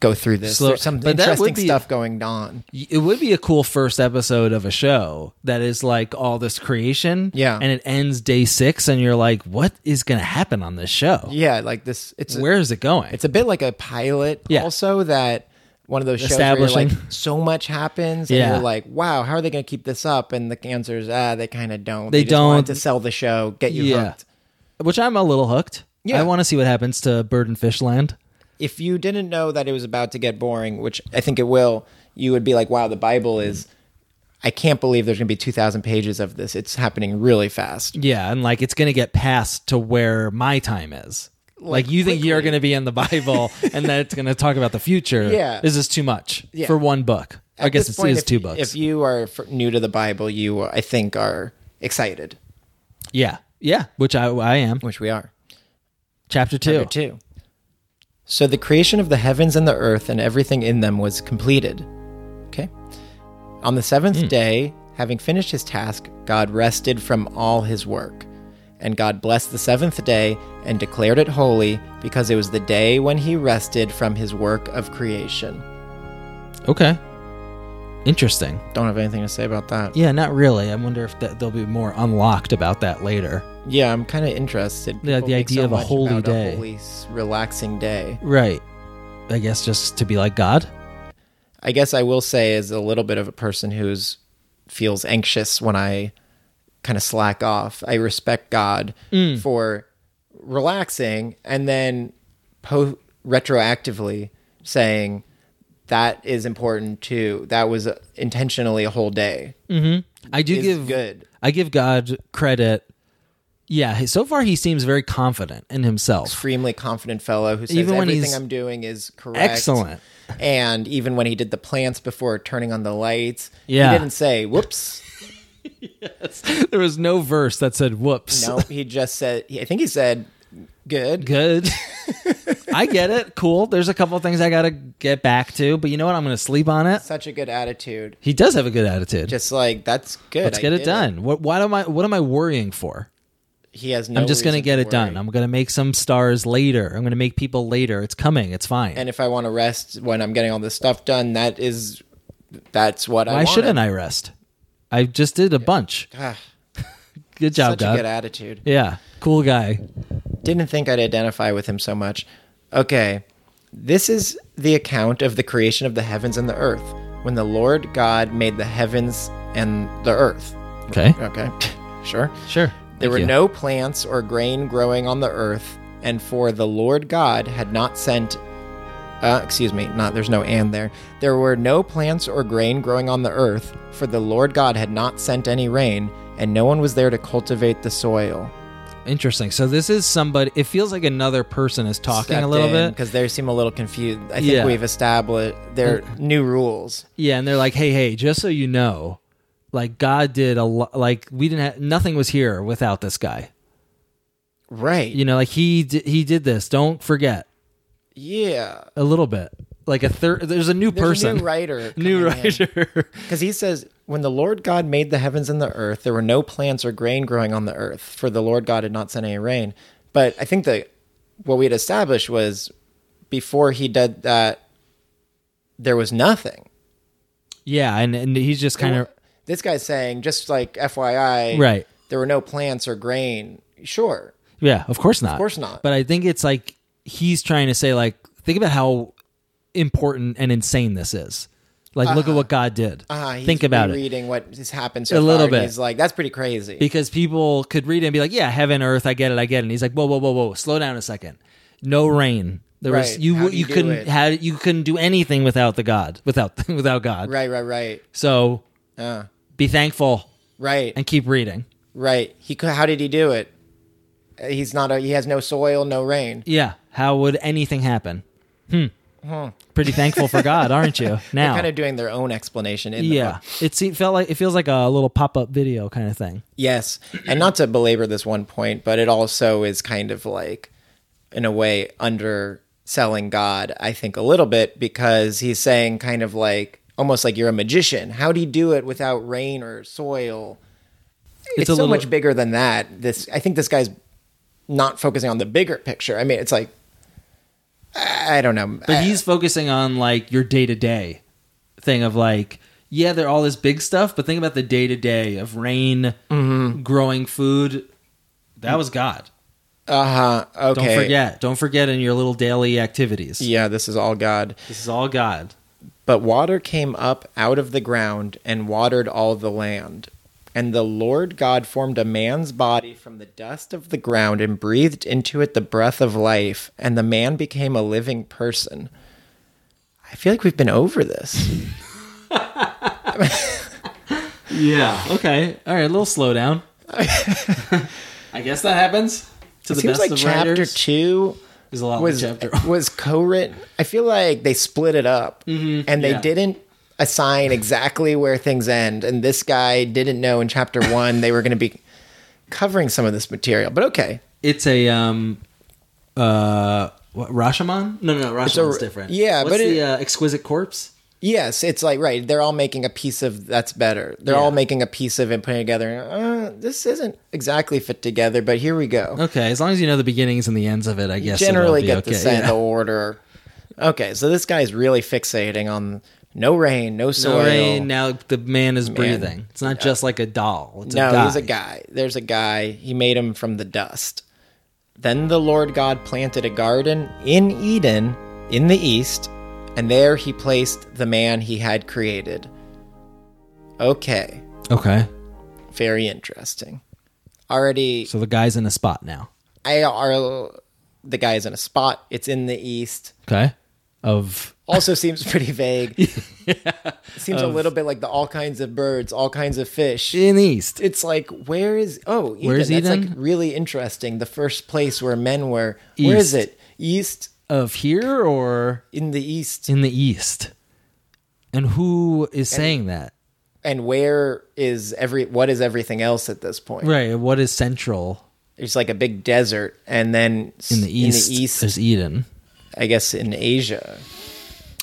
S1: go through this.
S2: Slow-
S1: there's some
S2: but that would
S1: interesting
S2: be-
S1: stuff going on.
S2: It would be a cool first episode of a show that is like all this creation.
S1: Yeah.
S2: And it ends day six and you're like, what is gonna happen on this show?
S1: Yeah, like this. It's
S2: Where is it going?
S1: it's a bit like a pilot
S2: Yeah.
S1: also that. One of those shows where you're like,
S2: Establishing.
S1: so much happens,
S2: Yeah.
S1: and you're like, wow, how are they going to keep this up? And the answer is, ah, they kind of don't.
S2: They
S1: just want
S2: don't.
S1: to sell the show, get you
S2: Yeah.
S1: hooked.
S2: Which I'm a little hooked.
S1: Yeah.
S2: I want to see what happens to Bird and Fish Land.
S1: if you didn't know that it was about to get boring, which I think it will, you would be like, wow, the Bible is. I can't believe there's going to be 2,000 pages of this. It's happening really fast.
S2: Yeah, and like it's gonna get passed to where my time is. Like, you think you're gonna be in
S1: [LAUGHS]
S2: the Bible and then it's gonna talk about the future.
S1: Yeah.
S2: This is too much
S1: Yeah.
S2: for one book. I
S1: At
S2: guess
S1: this
S2: it's,
S1: point,
S2: it is
S1: if-
S2: two books.
S1: If you are f- new to the Bible, you, I think, are excited,
S2: yeah. Yeah. Which I I am.
S1: which we are.
S2: Chapter two.
S1: Chapter two. So the creation of the heavens and the earth and everything in them was completed. Okay. On the seventh
S2: Hmm.
S1: day, having finished his task, God rested from all his work. And God blessed the seventh day and declared it holy because it was the day when he rested from his work of creation.
S2: Okay. Interesting.
S1: Don't have anything to say about that.
S2: Yeah, not really. I wonder if that, there'll be more unlocked about that later.
S1: Yeah, I'm kind of interested.
S2: Yeah,
S1: People
S2: the
S1: make
S2: idea of a
S1: much
S2: holy
S1: about
S2: day.
S1: a holy, s- relaxing day.
S2: Right. I guess just to be like God.
S1: I guess I will say as a little bit of a person who's feels anxious when I kind of slack off. I respect God
S2: Mm.
S1: for relaxing and then po- retroactively saying that is important too. That was intentionally a whole day.
S2: I do
S1: Is
S2: give
S1: good.
S2: I give God credit. Yeah, he- so far he seems very confident in himself.
S1: Extremely confident fellow who says
S2: Even when
S1: everything
S2: he's
S1: I'm doing is correct. [LAUGHS]
S2: Excellent.
S1: And even when he did the plants before turning on the lights,
S2: Yeah.
S1: he didn't say, whoops.
S2: There was no verse that
S1: [LAUGHS]
S2: said whoops.
S1: No, he just said. I think he said, "Good." [LAUGHS]
S2: Good. I get it. Cool. There's a couple things I got to get back to, but you know what? I'm going to sleep on it.
S1: Such a good attitude.
S2: He does have a good attitude.
S1: Just like that's good.
S2: Let's
S1: I
S2: get
S1: did
S2: it done. What why am I what am I worrying for?
S1: He has no.
S2: I'm just going to
S1: reason
S2: get it
S1: worry.
S2: done. I'm going to make some stars later. I'm going to make people later. It's coming. It's fine.
S1: and if I want to rest when I'm getting all this stuff done, that is, that's what I.
S2: why
S1: [SIGHS]
S2: shouldn't I rest? I just did a bunch.
S1: Ah,
S2: Good job,
S1: such
S2: God.
S1: a good attitude.
S2: yeah. Cool guy.
S1: Didn't think I'd identify with him so much. Okay, this is the account of the creation of the heavens and the earth when the Lord God made the heavens and the earth.
S2: Okay.
S1: Okay, [LAUGHS] sure.
S2: Sure.
S1: There
S2: Thank
S1: were
S2: you.
S1: no plants or grain growing on the earth, and for the Lord God had not sent. Uh, excuse me, not there's no and there. There were no plants or grain growing on the earth, for the Lord God had not sent any rain, and no one was there to cultivate the soil.
S2: Interesting. So this is somebody it feels like another person is talking a little bit.
S1: because they seem a little confused. I think
S2: Yeah. Mm.
S1: we've established their new rules.
S2: Yeah, and they're like, "Hey, hey, just so you know, like God did a lot. Like we didn't have nothing was here without this guy.
S1: Right?
S2: You know, like he di- he did this. Don't forget
S1: yeah.
S2: a little bit. Like a third. There's a new
S1: There's
S2: person,
S1: a new writer.
S2: [LAUGHS] new
S1: coming in.
S2: writer. [LAUGHS]
S1: Because he says, When the Lord God made the heavens and the earth, there were no plants or grain growing on the earth, for the Lord God had not sent any rain. But I think that what we had established was before he did that, there was nothing.
S2: yeah, and and he's just kind of
S1: This guy's saying, just like FYI,
S2: Right.
S1: there were no plants or grain. Sure.
S2: yeah. Of course not. Of
S1: course not.
S2: But I think it's like he's trying to say like think about how important and insane this is. Like look at what God did.
S1: Ah, Uh-huh. he's
S2: think about it.
S1: Reading what has happened so
S2: A little
S1: far, and
S2: bit.
S1: He's like, that's pretty crazy.
S2: because people could read it and be like, "Yeah, heaven, earth, I get it, I get it." And he's like, "Whoa, whoa, whoa, whoa, slow down a second. No rain. There was
S1: Right.
S2: you.
S1: How do
S2: you,
S1: you do
S2: couldn't
S1: it?
S2: had you couldn't do anything without the God, without [LAUGHS] without God.
S1: right, right, right,
S2: So
S1: uh,
S2: be thankful
S1: right.
S2: and keep reading.
S1: Right. He cou- how did he do it? Uh, He's not a he has no soil, no rain.
S2: Yeah. How would anything happen? Hmm. Pretty thankful for God, aren't
S1: [LAUGHS]
S2: you? Now,
S1: Kind of doing their own explanation in the
S2: yeah.
S1: book.
S2: It se- felt like it feels like a little pop up video kind of thing.
S1: Yes. And not to belabor this one point, but it also is kind of like in a way underselling God, I think a little bit because he's saying kind of like almost like you're a magician. How do you do it without rain or soil? It's,
S2: a
S1: so
S2: little-
S1: much bigger than that. This I think this guy's not focusing on the bigger picture. I mean, it's like I I don't know.
S2: But
S1: I-
S2: he's focusing on like your day to day thing of like, yeah, they're all this big stuff, but think about the day to day of rain,
S1: Mm-hmm.
S2: growing food. That was God.
S1: Uh huh.
S2: Don't
S1: Okay.
S2: forget. Don't forget in your little daily activities.
S1: Yeah, this is all God.
S2: This is all God.
S1: But water came up out of the ground and watered all the land. And the Lord God formed a man's body from the dust of the ground and breathed into it the breath of life, and the man became a living person. I feel like we've been over this.
S2: Yeah. Okay. All right. A
S1: [LAUGHS]
S2: little slowdown. I guess that happens to
S1: It
S2: the
S1: seems
S2: best
S1: like
S2: of
S1: chapter
S2: writers.
S1: two
S2: There's a lot
S1: was
S2: of Oh, [LAUGHS]
S1: [LAUGHS]
S2: chapter.
S1: was co-written. I feel like they split it up, and they
S2: Mm-hmm. yeah.
S1: didn't assign exactly where things end. And this guy didn't know in chapter
S2: [LAUGHS]
S1: one they were going to be covering some of this material. But okay,
S2: It's a um uh What, Rashomon? No, no, no. Rashomon's
S1: a-
S2: different.
S1: yeah,
S2: What's
S1: but
S2: the
S1: it-
S2: uh, Exquisite Corpse?
S1: Yes, it's like right. They're all making a piece of that's better. They're all making a piece of it, putting it together. Uh, this isn't exactly fit together, but here we go.
S2: Okay, as long as you know the beginnings and the ends of Oh, it, I guess. it'll
S1: Generally,
S2: be
S1: get
S2: okay.
S1: the same
S2: yeah.
S1: the order. Okay, so this guy's really fixating on no rain, no soil.
S2: No rain, now the man is breathing. It's not just like a doll. It's
S1: no,
S2: a guy.
S1: he's a guy. There's a guy. He made him from the dust. Then the Lord God planted a garden in Eden in the east, and there he placed the man he had created. Okay.
S2: Okay,
S1: very interesting. Already,
S2: so the guy's in a spot now.
S1: I are the guy is in a spot. It's in the east.
S2: Okay, of
S1: Also seems pretty vague. Seems a little bit like the all kinds of birds, all kinds of fish.
S2: in the east.
S1: It's like where is oh Eden,
S2: Where's
S1: That's
S2: Eden?
S1: like really interesting. The first place where men were. Where is
S2: East.
S1: it? East
S2: Of here or
S1: in the east.
S2: in the east? And who is saying that?
S1: And where is every? What is everything else at this point?
S2: Right. What is central
S1: It's like a big desert, and then s-
S2: in the east?
S1: In the east,
S2: is Eden.
S1: I guess in Asia.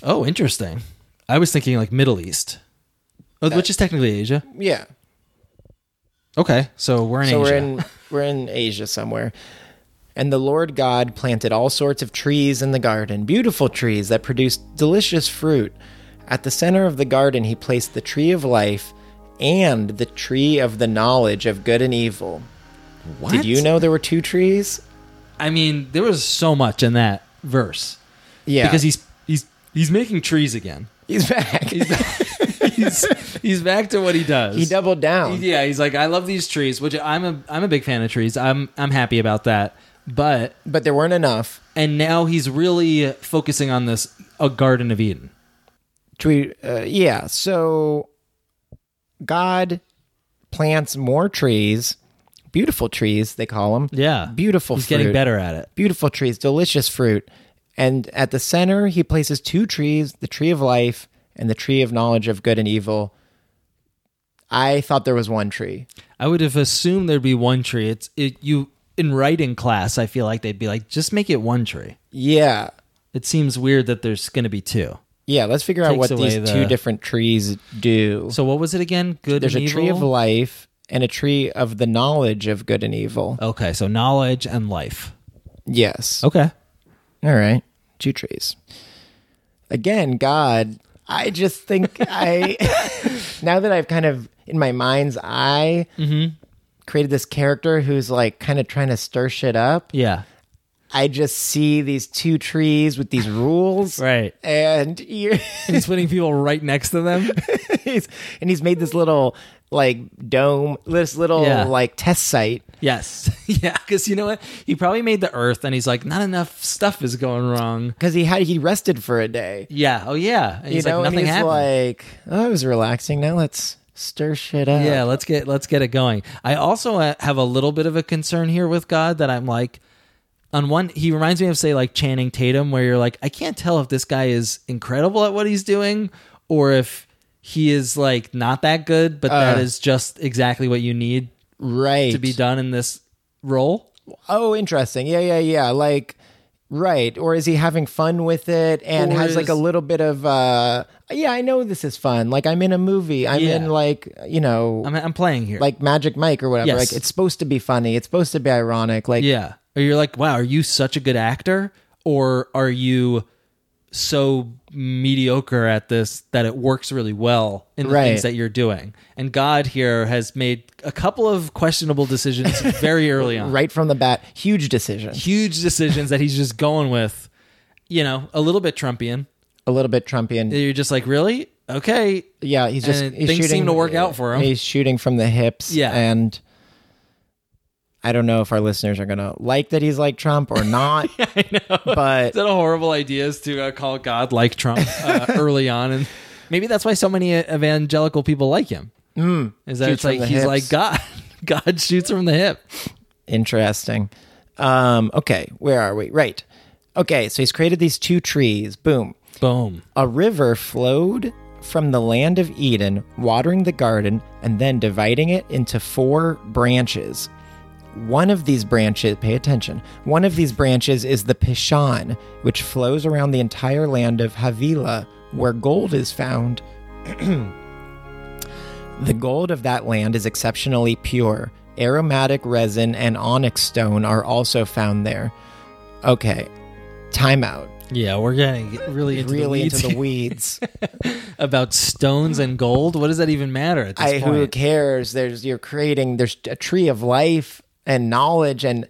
S2: Oh, interesting. I was thinking like Middle East, Oh, which is technically Asia.
S1: Yeah.
S2: Okay, so we're in
S1: so
S2: Asia.
S1: we're in we're in Asia somewhere. And the Lord God planted all sorts of trees in the garden, beautiful trees that produced delicious fruit. At the center of the garden he placed the tree of life and the tree of the knowledge of good and evil.
S2: what?
S1: Did you know there were two trees?
S2: I mean, there was so much in that verse
S1: Yeah.
S2: because he's he's he's making trees again. [LAUGHS]
S1: he's back.
S2: He's he's back to what he does.
S1: he doubled down.
S2: Yeah, he's like, I love these trees, which I'm a I'm a big fan of trees. I'm I'm happy about that. But
S1: but there weren't enough.
S2: and now he's really focusing on this a Garden of Eden.
S1: Tweet. Uh, yeah. So God plants more trees, beautiful trees, they call them.
S2: Yeah,
S1: Beautiful
S2: He's
S1: fruit.
S2: getting better at it.
S1: beautiful trees, delicious fruit. And at the center, he places two trees the tree of life and the tree of knowledge of good and evil. I thought there was one tree.
S2: I would have assumed there'd be one tree. It's it, you in writing class. I feel like they'd be like, just make it one tree.
S1: Yeah.
S2: It seems weird that there's going to be two.
S1: Yeah. Let's figure out
S2: Takes
S1: what
S2: away
S1: these
S2: the-
S1: two different trees do.
S2: So what was it again? Good.
S1: There's
S2: and
S1: a
S2: evil?
S1: tree of life and a tree of the knowledge of good and evil.
S2: Okay, so knowledge and life.
S1: Yes.
S2: Okay.
S1: All right. Two trees. Again, God, I just think I, [LAUGHS] now that I've kind of in my mind's eye
S2: Mm-hmm.
S1: created this character who's like kind of trying to stir shit up,
S2: Yeah.
S1: I just see these two trees with these rules.
S2: [LAUGHS] Right.
S1: And [LAUGHS] you
S2: He's putting people right next to them.
S1: he's, and he's made this little like dome, this little
S2: Yeah.
S1: like test site.
S2: [LAUGHS] Yes. [LAUGHS] yeah, because you know what? He probably made the earth and he's like, not enough stuff is going wrong.
S1: Cause he had, he rested for a day.
S2: Yeah. Oh, yeah. And
S1: You
S2: he's
S1: know,
S2: like,
S1: and
S2: nothing
S1: he's
S2: happened.
S1: like, oh, I was relaxing. Now let's stir shit up.
S2: yeah, let's get let's get it going. I also uh, have a little bit of a concern here with God that I'm like, on one, he reminds me of say like Channing Tatum, where you're like, I can't tell if this guy is incredible at what he's doing or if he is like not that good, but that
S1: Uh.
S2: is just exactly what you need
S1: Right.
S2: to be done in this role.
S1: Oh, interesting. Yeah, yeah, yeah. Like, right. Or is he having fun with it and
S2: Or
S1: has like a
S2: is-
S1: little bit of, uh, yeah, I know this is fun. Like, I'm in a movie. I'm
S2: Yeah.
S1: in, like, you know,
S2: I'm I'm playing here.
S1: like Magic Mike or whatever.
S2: Yes.
S1: Like, it's supposed to be funny. It's supposed to be ironic. Like,
S2: Yeah. Or you're like, wow, are you such a good actor? Or are you so mediocre at this that it works really well in the
S1: Right.
S2: things that you're doing? And God here has made a couple of questionable decisions
S1: [LAUGHS]
S2: very early on.
S1: right from the bat, huge decision.
S2: Huge decisions that he's just going with, you know, a little bit Trumpian.
S1: A little bit Trumpian.
S2: You're just like, really? Okay.
S1: yeah, he's just,
S2: and
S1: he's
S2: things
S1: shooting,
S2: seem to work out for him.
S1: He's shooting from the hips.
S2: Yeah.
S1: And, I don't know if our listeners are gonna like that he's like Trump or not,
S2: [LAUGHS] I know.
S1: but
S2: Is that a horrible idea is to uh, call God like Trump [LAUGHS] uh, early on? And maybe that's why so many e-, evangelical people like him. Mm, is that
S1: Hmm. Shoots
S2: it's like
S1: from the
S2: he's
S1: hips.
S2: like God. [LAUGHS] God shoots from the hip.
S1: Interesting. Um, okay, where are we? Right. Okay, so he's created these two trees. Boom.
S2: Boom.
S1: A river flowed from the land of Eden, watering the garden and then dividing it into four branches. One of these branches, pay attention, one of these branches is the Pishon, which flows around the entire land of Havilah, where gold is found. [CLEARS THROAT] the gold of that land is exceptionally pure. Aromatic resin and onyx stone are also found there. Okay, timeout.
S2: Yeah, we're gonna get really into
S1: really
S2: the weeds
S1: into the
S2: [LAUGHS]
S1: weeds.
S2: about stones and gold. What does that even matter at this
S1: I, who
S2: point?
S1: cares? There's you're creating. There's a tree of life and knowledge and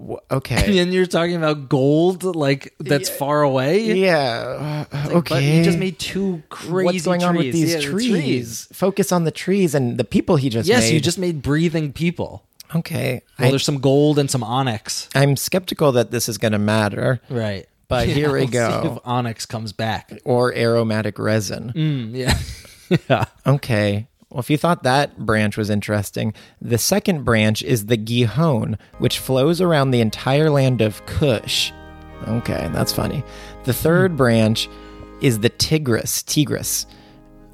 S1: wh-
S2: [LAUGHS]
S1: okay,
S2: and you're talking about gold, like that's far away.
S1: yeah, uh, okay.
S2: But he just made two crazy.
S1: What's going
S2: trees.
S1: on with these
S2: Yeah, the
S1: trees? Focus on the trees and the people he just
S2: Yes,
S1: made.
S2: you just made breathing people.
S1: okay.
S2: Well,
S1: I,
S2: there's some gold and some onyx.
S1: I'm skeptical that this is going to matter,
S2: Right.
S1: But here we
S2: we'll
S1: go.
S2: See if onyx comes back.
S1: or aromatic resin.
S2: Mm, yeah.
S1: [LAUGHS]
S2: yeah.
S1: Okay. Well, if you thought that branch was interesting, the second branch is the Gihon, which flows around the entire land of Cush. Okay, that's funny. The third branch is the Tigris, Tigris,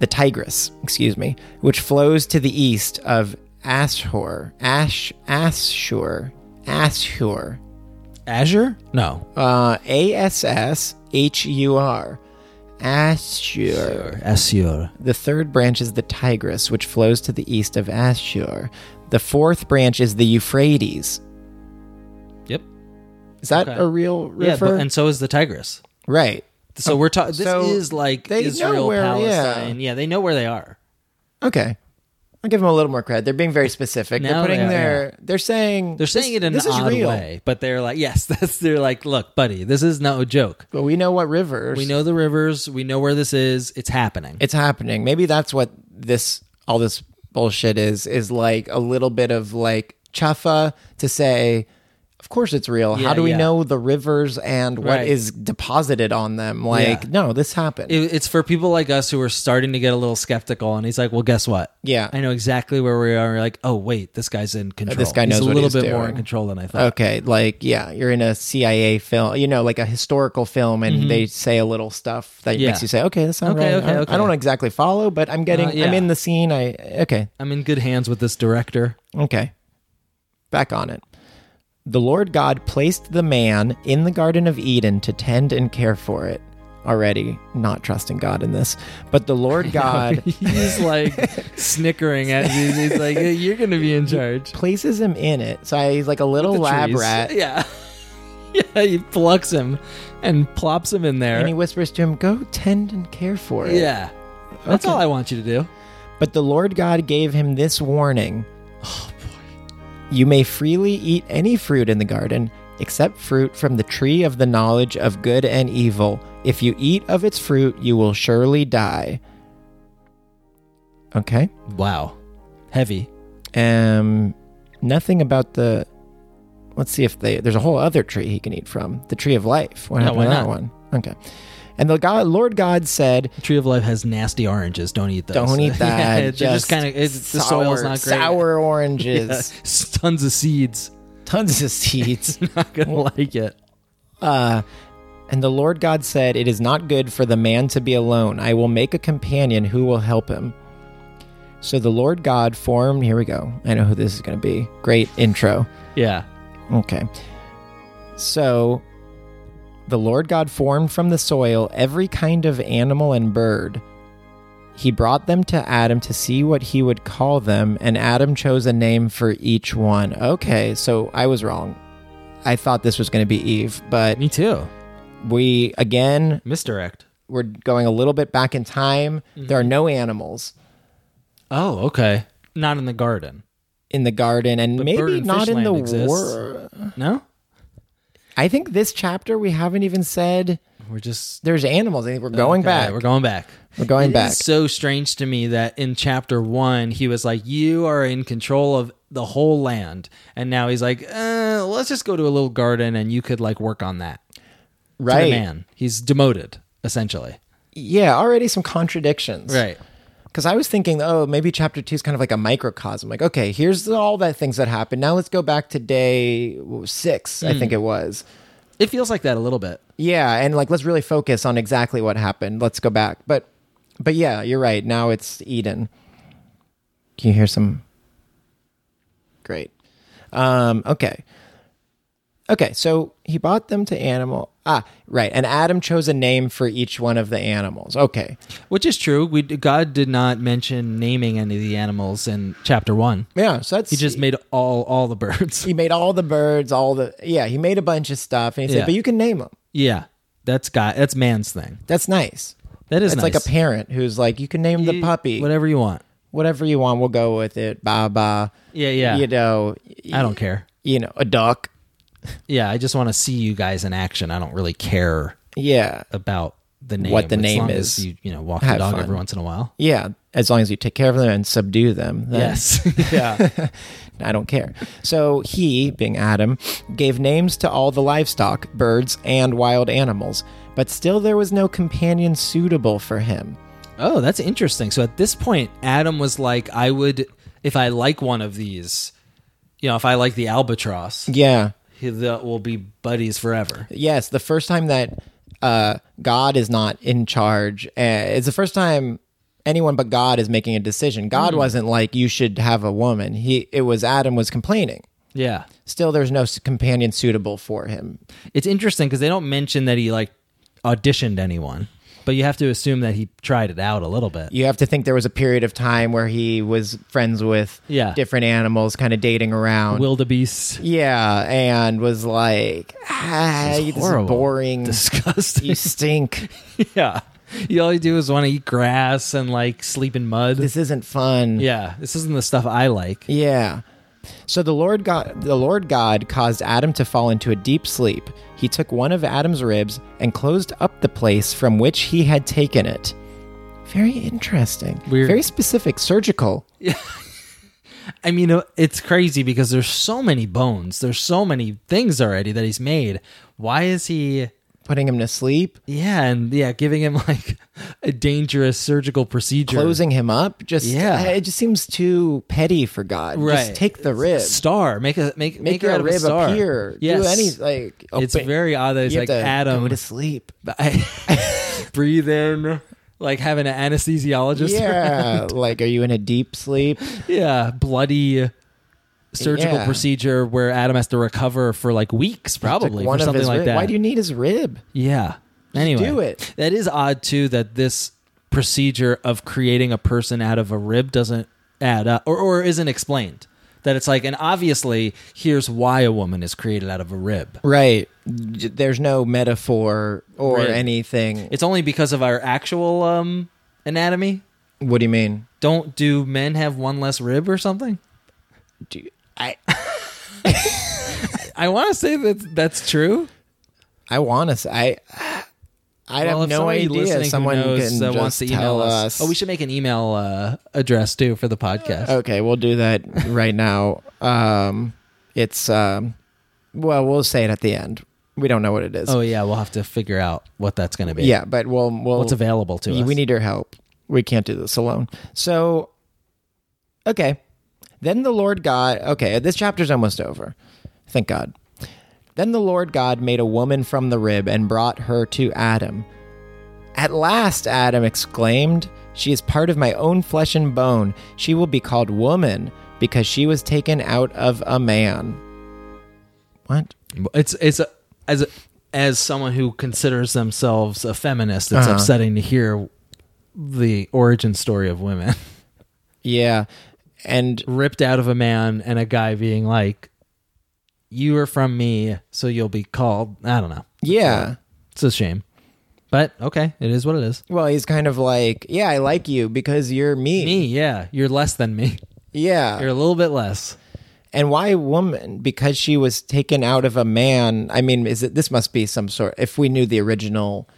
S1: the Tigris, excuse me, which flows to the east of Ashur, Ash, Ashur, Ashur,
S2: Azure? No.
S1: uh, A S S H U R, Ashur.
S2: Azure.
S1: The third branch is the Tigris, which flows to the east of Ashur. The fourth branch is the Euphrates.
S2: Yep.
S1: Is that
S2: Okay.
S1: a real
S2: Yeah,
S1: river?
S2: but, and so is the Tigris.
S1: right.
S2: So we're talking. This
S1: so
S2: is like
S1: they know
S2: Israel,
S1: where-
S2: Palestine. Yeah. they know where they are.
S1: Okay. I'll give them a little more credit. They're being very specific.
S2: Now
S1: they're putting
S2: they are,
S1: their they're saying
S2: They're saying
S1: this-
S2: it in
S1: this
S2: an
S1: is
S2: odd
S1: real.
S2: way, but they're like, yes, [LAUGHS] that's. They're like, look, buddy, this is no joke.
S1: But we know what rivers.
S2: We know the rivers. We know where this is. It's happening.
S1: it's happening. Maybe that's what this all this bullshit is is like a little bit of like chuffa to say of course it's real.
S2: Yeah,
S1: How do we
S2: yeah.
S1: know the rivers and what
S2: Right.
S1: is deposited on them? Like,
S2: Yeah.
S1: no, this happened.
S2: It- it's for people like us who are starting to get a little skeptical. And he's like, well, guess what?
S1: yeah.
S2: I know exactly where we are. We're like, oh wait, this guy's in control.
S1: this guy
S2: he's
S1: knows
S2: a
S1: what
S2: little
S1: he's
S2: bit
S1: doing.
S2: more in control than I thought.
S1: Okay, like yeah, you're in a CIA film, you know, like a historical film, and they say a little stuff that
S2: Mm-hmm. Yeah.
S1: makes you say, "Okay, that sounds
S2: Okay,
S1: right."
S2: okay,
S1: I,
S2: okay.
S1: I don't exactly follow, but I'm getting,
S2: Uh, yeah.
S1: I'm in the scene. I okay,
S2: I'm in good hands with this director.
S1: okay, back on it. The Lord God placed the man in the Garden of Eden to tend and care for it. Already not trusting God in this, but the
S2: [LAUGHS]
S1: Lord God
S2: he's [LAUGHS] like snickering at you. He's like, hey, you're gonna be in charge.
S1: places him in it. So he's like a little
S2: The
S1: lab
S2: trees.
S1: rat.
S2: [LAUGHS] Yeah. yeah, he plucks him and plops him in there.
S1: And he whispers to him, "Go tend and care for it."
S2: yeah. That's
S1: Okay.
S2: all I want you to do.
S1: But the Lord God gave him this warning You may freely eat any fruit in the garden, except fruit from the tree of the knowledge of good and evil. If you eat of its fruit, you will surely die. Okay.
S2: Wow. Heavy.
S1: Um, nothing about the. Let's see if they. There's a whole other tree he can eat from. The tree of life. What
S2: Yeah,
S1: happened
S2: why
S1: to that
S2: not?
S1: one? Okay. And the God, Lord God said,
S2: The tree of life has nasty oranges. Don't eat those.
S1: "Don't eat that.
S2: [LAUGHS] yeah, they're just kind of the soil's
S1: sour-
S2: not great. [LAUGHS]
S1: Sour oranges.
S2: Yeah. [LAUGHS] Tons of seeds.
S1: tons of seeds. [LAUGHS]
S2: Not gonna like it.
S1: uh, and the Lord God said, It is not good for the man to be alone. I will make a companion who will help him. So the Lord God formed. Here we go. I know who this is going to be. Great intro.
S2: Yeah.
S1: Okay. So the Lord God formed from the soil every kind of animal and bird. He brought them to Adam to see what he would call them, and Adam chose a name for each one. Okay, so I was wrong. I thought this was going to be Eve, but
S2: Me too.
S1: we, again,
S2: Misdirect.
S1: we're going a little bit back in time. There are
S2: Mm-hmm.
S1: no animals
S2: Oh, okay. Not in the garden.
S1: in the garden, and
S2: But bird
S1: maybe
S2: and
S1: not
S2: fish
S1: in the
S2: land exists.
S1: world.
S2: No?
S1: I think this chapter, we haven't even said
S2: We're just
S1: there's animals. I think we're going
S2: Okay,
S1: back.
S2: We're going back.
S1: We're going
S2: It
S1: back.
S2: is so strange to me that in chapter one he was like, "You are in control of the whole land," and now he's like, uh, "Let's just go to a little garden and you could like work on that." To the
S1: right.
S2: man, he's demoted essentially.
S1: Yeah, already some contradictions. Because I was thinking, oh, maybe chapter two is kind of like a microcosm. Like, okay, here's all the things that happened. Now let's go back to day six,
S2: Hmm.
S1: I think it was.
S2: It feels like that a little bit.
S1: Yeah, and like let's really focus on exactly what happened. Let's go back. But but yeah, you're right. Now it's Eden. Can you hear some? Great. Um, okay. Okay, so he bought them to animal. Ah, right. And Adam chose a name for each one of the animals. Okay.
S2: Which is true. We God did not mention naming any of the animals in chapter one.
S1: Yeah, so that's
S2: He just made all all the
S1: [LAUGHS]
S2: birds.
S1: he made all the birds, all the yeah, he made a bunch of stuff and he said,
S2: Yeah.
S1: "But you can name them."
S2: yeah, that's God. That's man's thing.
S1: That's nice.
S2: That is
S1: It's
S2: nice.
S1: like a parent who's like, "You can name the
S2: You-
S1: puppy.
S2: whatever you want.
S1: Whatever you want, we'll go with it." Ba ba.
S2: Yeah, yeah.
S1: You know,
S2: I don't care.
S1: you know, a duck.
S2: Yeah, I just want to see you guys in action. I don't really care
S1: Yeah.
S2: about the name.
S1: What the
S2: As
S1: name
S2: long
S1: is.
S2: as you you know walk
S1: Have
S2: the dog
S1: fun.
S2: every once in a while.
S1: Yeah, as long as you take care of them and subdue them. then [LAUGHS]
S2: Yes. yeah.
S1: I don't care. So he, being Adam, gave names to all the livestock, birds, and wild animals, but still there was no companion suitable for him.
S2: Oh, that's interesting. So at this point, Adam was like, I would, if I like one of these, you know, if I like the albatross,
S1: Yeah.
S2: he- that will be buddies forever.
S1: Yes, the first time that uh, God is not in charge, uh, it's the first time anyone but God is making a decision.
S2: Hmm.
S1: God wasn't like you should have a woman. He it was Adam was complaining.
S2: Yeah.
S1: Still, there's no s- companion suitable for him.
S2: It's interesting because they don't mention that he like auditioned anyone, but you have to assume that he tried it out a little bit.
S1: you have to think there was a period of time where he was friends with
S2: Yeah.
S1: different animals, kind of dating around.
S2: Wildebeest. [LAUGHS]
S1: yeah, and was like, ah, this is
S2: horrible.
S1: boring. you
S2: [LAUGHS] Disgusting.
S1: stink.
S2: [LAUGHS] yeah. You all you do is want to eat grass and like sleep in mud.
S1: This isn't fun.
S2: yeah. This isn't the stuff I like.
S1: Yeah. So the Lord God the Lord God caused Adam to fall into a deep sleep. He took one of Adam's ribs and closed up the place from which he had taken it. Very interesting.
S2: Weird.
S1: Very specific, surgical.
S2: I mean, uh, it's crazy because there's so many bones. There's so many things already that he's made. Why is he,
S1: Putting him to sleep,
S2: yeah, and yeah, giving him [LAUGHS] like a dangerous surgical procedure?
S1: closing him up. Just uh,
S2: Yeah.
S1: it just seems too petty for God.
S2: Right.
S1: Just take the rib.
S2: Star. Make a make
S1: Make
S2: make her
S1: your
S2: out of
S1: rib
S2: a star.
S1: appear.
S2: Yes.
S1: Do any like
S2: it's
S1: open-
S2: very odd that it's
S1: you
S2: like
S1: have to Go
S2: Adam
S1: to sleep.
S2: [LAUGHS]
S1: [LAUGHS]
S2: breathe in, like having an anesthesiologist. [LAUGHS]
S1: yeah. [LAUGHS] like are you in a deep sleep?
S2: yeah, bloody surgical
S1: Yeah.
S2: procedure where Adam has to recover for like weeks, probably
S1: Took one
S2: for
S1: of
S2: something
S1: his
S2: like
S1: rib-
S2: that.
S1: Why do you need his rib?
S2: Yeah. Anyway,
S1: do it.
S2: That is odd too. That this procedure of creating a person out of a rib doesn't add up, or, or isn't explained. That it's like, and obviously, here's why a woman is created out of a rib.
S1: Right. J- There's no metaphor or
S2: Right.
S1: anything.
S2: It's only because of our actual um, anatomy.
S1: what do you mean?
S2: Don't do men have one less rib or something?
S1: Do you- I
S2: I want to say that that's true.
S1: I want to say I I
S2: Well,
S1: have
S2: if
S1: no
S2: somebody listening
S1: idea.
S2: who
S1: Someone
S2: knows,
S1: can
S2: uh,
S1: just
S2: wants to
S1: tell
S2: email us.
S1: us. Oh.
S2: Oh, we should make an email uh, address too for the podcast.
S1: Okay, we'll do that right
S2: [LAUGHS]
S1: now. Um, it's um, well, we'll say it at the end. We don't know what it is.
S2: oh yeah, we'll have to figure out what that's going to be.
S1: yeah, but we'll we'll
S2: what's available to us.
S1: We need your help. We can't do this alone. So, okay. Then the Lord God. Okay, this chapter's almost over. Thank God. Then the Lord God made a woman from the rib and brought her to Adam. At last, Adam exclaimed, She is part of my own flesh and bone. She will be called woman because she was taken out of a man. What?
S2: It's it's a, as a, as someone who considers themselves a feminist,
S1: Uh-huh.
S2: it's upsetting to hear the origin story of women [LAUGHS]
S1: Yeah. And
S2: ripped out of a man and a guy being like, "You are from me, so you'll be called." I don't know.
S1: yeah.
S2: It's a shame, but okay, it is what it is.
S1: Well, he's kind of like, yeah, I like you because you're me.
S2: Me, yeah, you're less than me. [LAUGHS]
S1: Yeah.
S2: You're a little bit less.
S1: and why woman? Because she was taken out of a man. I mean, is it this must be some sort if we knew the original,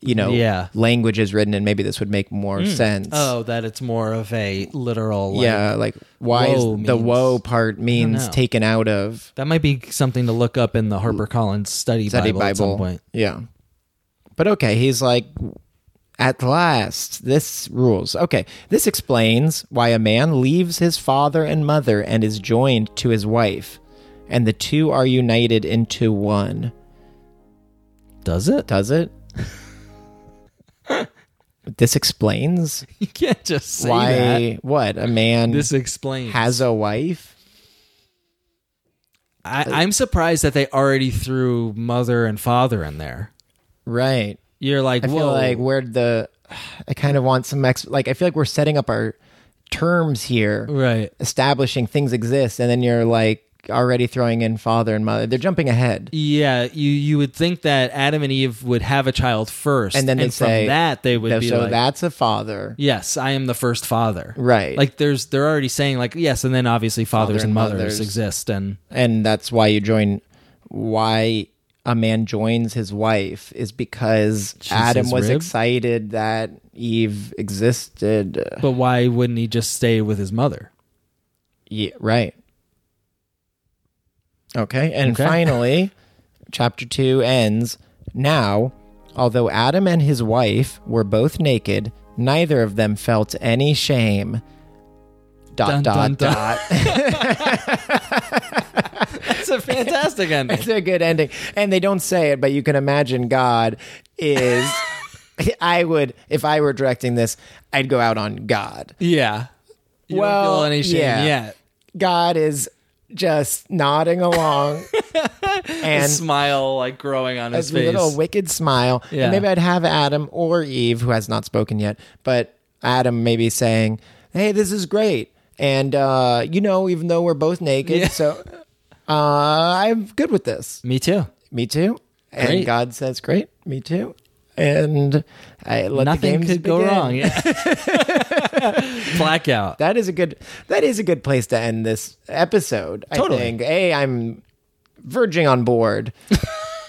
S1: you know,
S2: Yeah.
S1: language is written and maybe this would make more sense.
S2: Oh, that it's more of a literal. Like,
S1: yeah, like why
S2: woe
S1: is the
S2: means-
S1: woe part means
S2: know.
S1: taken out of
S2: That might be something to look up in the HarperCollins study,
S1: Mm. study
S2: Bible, at some point.
S1: Yeah. But okay, he's like, at last, this rules. Okay, this explains why a man leaves his father and mother and is joined to his wife, and the two are united into one.
S2: Does it? [LAUGHS]
S1: Does it? [LAUGHS] this explains
S2: You can't just say
S1: why
S2: that.
S1: what a man
S2: This explains.
S1: has a wife.
S2: I, I'm surprised that they already threw mother and father in there.
S1: Right.
S2: You're like,
S1: I
S2: whoa,
S1: feel like where the [SIGHS] I kind of want some ex like I feel like we're setting up our terms here,
S2: right?
S1: establishing things exist, and then you're like already throwing in father and mother. They're jumping ahead.
S2: Yeah, you you would think that Adam and Eve would have a child first,
S1: And then they'd
S2: from
S1: say,
S2: that they would
S1: So
S2: be like,
S1: that's a father.
S2: "Yes, I am the first father."
S1: Right.
S2: Like there's they're already saying like yes, and then obviously fathers
S1: Father
S2: and
S1: and
S2: mothers
S1: mothers.
S2: exist, and
S1: and that's why you join why a man joins his wife is because Adam
S2: his
S1: was
S2: rib?
S1: excited that Eve existed.
S2: but why wouldn't he just stay with his mother?
S1: Yeah, right. Okay, and
S2: Okay.
S1: finally, chapter 2 ends. Now, although Adam and his wife were both naked, neither of them felt any shame.
S2: Dun,
S1: Dot
S2: dun,
S1: dot dot. [LAUGHS]
S2: That's a [LAUGHS] fantastic ending.
S1: it's a good ending. And they don't say it, but you can imagine God is [LAUGHS] I would if I were directing this, I'd go out on God.
S2: Yeah. You don't
S1: Well,
S2: feel any shame
S1: yeah.
S2: yet.
S1: God is just nodding
S2: [LAUGHS]
S1: along
S2: A
S1: and
S2: smile like growing on his
S1: a
S2: face.
S1: little wicked smile.
S2: Yeah.
S1: And maybe I'd have Adam or Eve, who has not spoken yet, but Adam maybe saying, Hey, this is great. And, uh, you know, even though we're both naked,
S2: Yeah.
S1: so uh, I'm good with this.
S2: Me too.
S1: Me too. And
S2: Great.
S1: God says, Great. Me too. And I let the
S2: Nothing
S1: games
S2: could go
S1: begin.
S2: wrong.
S1: [LAUGHS]
S2: Yeah. Blackout.
S1: That is a good. That is a good place to end this episode.
S2: Totally.
S1: I think. A, I'm verging on board.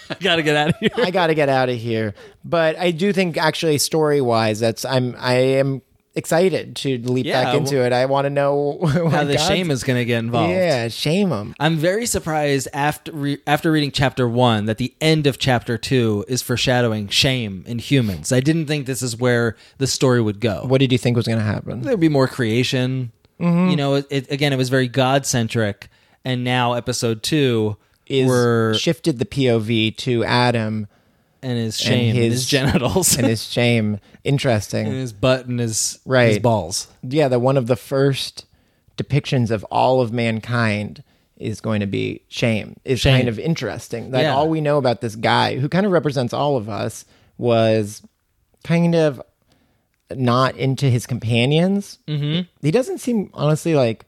S2: I [LAUGHS] gotta get out of
S1: [LAUGHS]
S2: here.
S1: I got to get out of here. But I do think actually story wise, that's I'm I am excited to leap
S2: Yeah,
S1: back into it. I want to know [LAUGHS]
S2: How the shame is gonna get involved.
S1: Yeah, shame them.
S2: I'm very surprised after re- after reading chapter one that the end of chapter two is foreshadowing shame in humans. I didn't think this is where the story would go.
S1: What did you think was going to happen?
S2: There'd be more creation.
S1: Mm-hmm.
S2: You know, it, it, again, it was very God centric, and now episode two
S1: Is
S2: we're
S1: shifted the POV to Adam
S2: and his shame, and his,
S1: his-
S2: genitals, [LAUGHS]
S1: and
S2: and
S1: his shame. Interesting.
S2: his butt, and his his
S1: Right.
S2: balls.
S1: Yeah, the one of the first depictions of all of mankind is going to be shame. Is
S2: Shame.
S1: kind of interesting. Like
S2: Yeah.
S1: all we know about this guy who kind of represents all of us was kind of not into his companions. Mm-hmm. He doesn't seem honestly like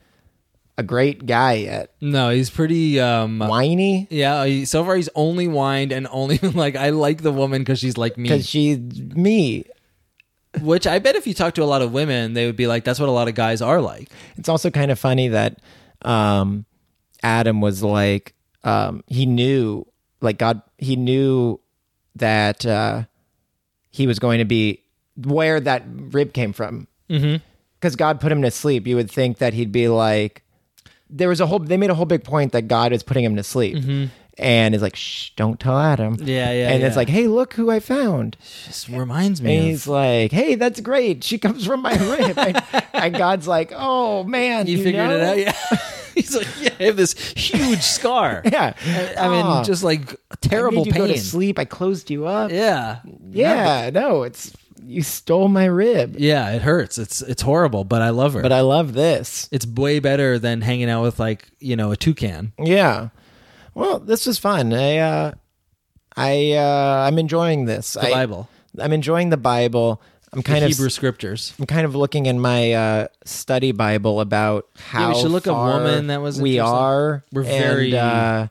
S1: a great guy yet.
S2: No, he's pretty. um
S1: Whiny
S2: Yeah, he- so far he's only whined and only [LAUGHS] like I like the woman because she's like me.
S1: because she's me.
S2: Which I bet if you talk to a lot of women, they would be like, that's what a lot of guys are like.
S1: It's also kind of funny that um, Adam was like um, he knew like God he knew that uh, he was going to be where that rib came from because
S2: Mm-hmm.
S1: God put him to sleep. You would think that he'd be like there was a whole they made a whole big point that God is putting him to sleep. And is like, shh, don't tell Adam.
S2: Mm-hmm. Yeah, yeah,
S1: And it's
S2: yeah.
S1: like, hey, look who I found.
S2: Just reminds
S1: And
S2: me. Of,
S1: he's like, "Hey, that's great. She comes from [LAUGHS] my rib." and, and God's like, "Oh man,
S2: you,
S1: you,
S2: figured
S1: know?
S2: it out? Yeah. [LAUGHS] he's like, yeah, I have this huge scar.
S1: [LAUGHS] Yeah,
S2: I, I mean,
S1: Ah,
S2: just like
S1: I made
S2: terrible
S1: you
S2: pain.
S1: go to sleep. I closed you up.
S2: Yeah.
S1: Yeah, no, it's you stole my rib.
S2: Yeah, it hurts. It's it's horrible, but I love her.
S1: But I love this.
S2: it's way better than hanging out with like, you know, a toucan.
S1: Yeah. Well, this was fun. I, uh, I, uh, I'm enjoying this.
S2: The
S1: I,
S2: Bible.
S1: I'm enjoying the Bible. I'm kind of,
S2: Hebrew scriptures.
S1: I'm kind of looking in my uh, study Bible about how
S2: we should look up
S1: far
S2: woman. That was
S1: we
S2: interesting.
S1: are.
S2: We're
S1: and,
S2: very-
S1: Uh,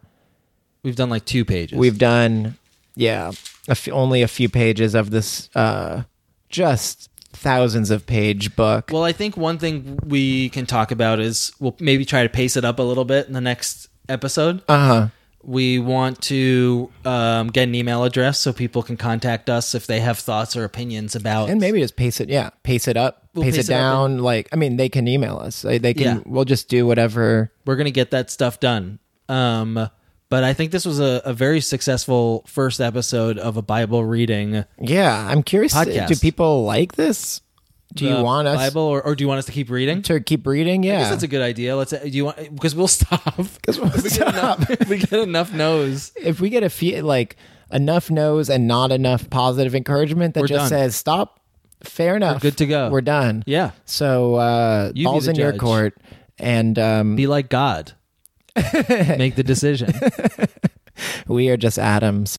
S2: We've done like two pages.
S1: We've done, yeah, a f- only a few pages of this, uh, just thousands of page book.
S2: Well, I think one thing we can talk about is we'll maybe try to pace it up a little bit in the next episode.
S1: Uh huh.
S2: We want to um, get an email address so people can contact us if they have thoughts or opinions about.
S1: And maybe just pace it, yeah, pace it up, pace,
S2: pace
S1: it
S2: it up
S1: down. like, I mean, they can email us. They, they can.
S2: Yeah.
S1: We'll just do whatever.
S2: We're going to get that stuff done. Um, but I think this was a, a very successful first episode of a Bible reading.
S1: Yeah, I'm curious. uh,
S2: Podcast.
S1: Do people like this? Do
S2: The
S1: you want us
S2: Bible, or, or do you want us to keep reading?
S1: to keep reading? Yeah, [LAUGHS]
S2: I guess that's a good idea. Let's. uh, Do you want? Because we'll [LAUGHS] stop. Because
S1: we'll
S2: we get enough- we get enough no's.
S1: if we get a few like enough no's and not enough positive encouragement that
S2: We're
S1: just
S2: done.
S1: says stop. Fair enough.
S2: good to go.
S1: We're done.
S2: Yeah.
S1: So uh,
S2: You be
S1: balls
S2: the
S1: in your
S2: judge. [LAUGHS]
S1: court, and um, [LAUGHS]
S2: Be like God. make the decision.
S1: We are just atoms.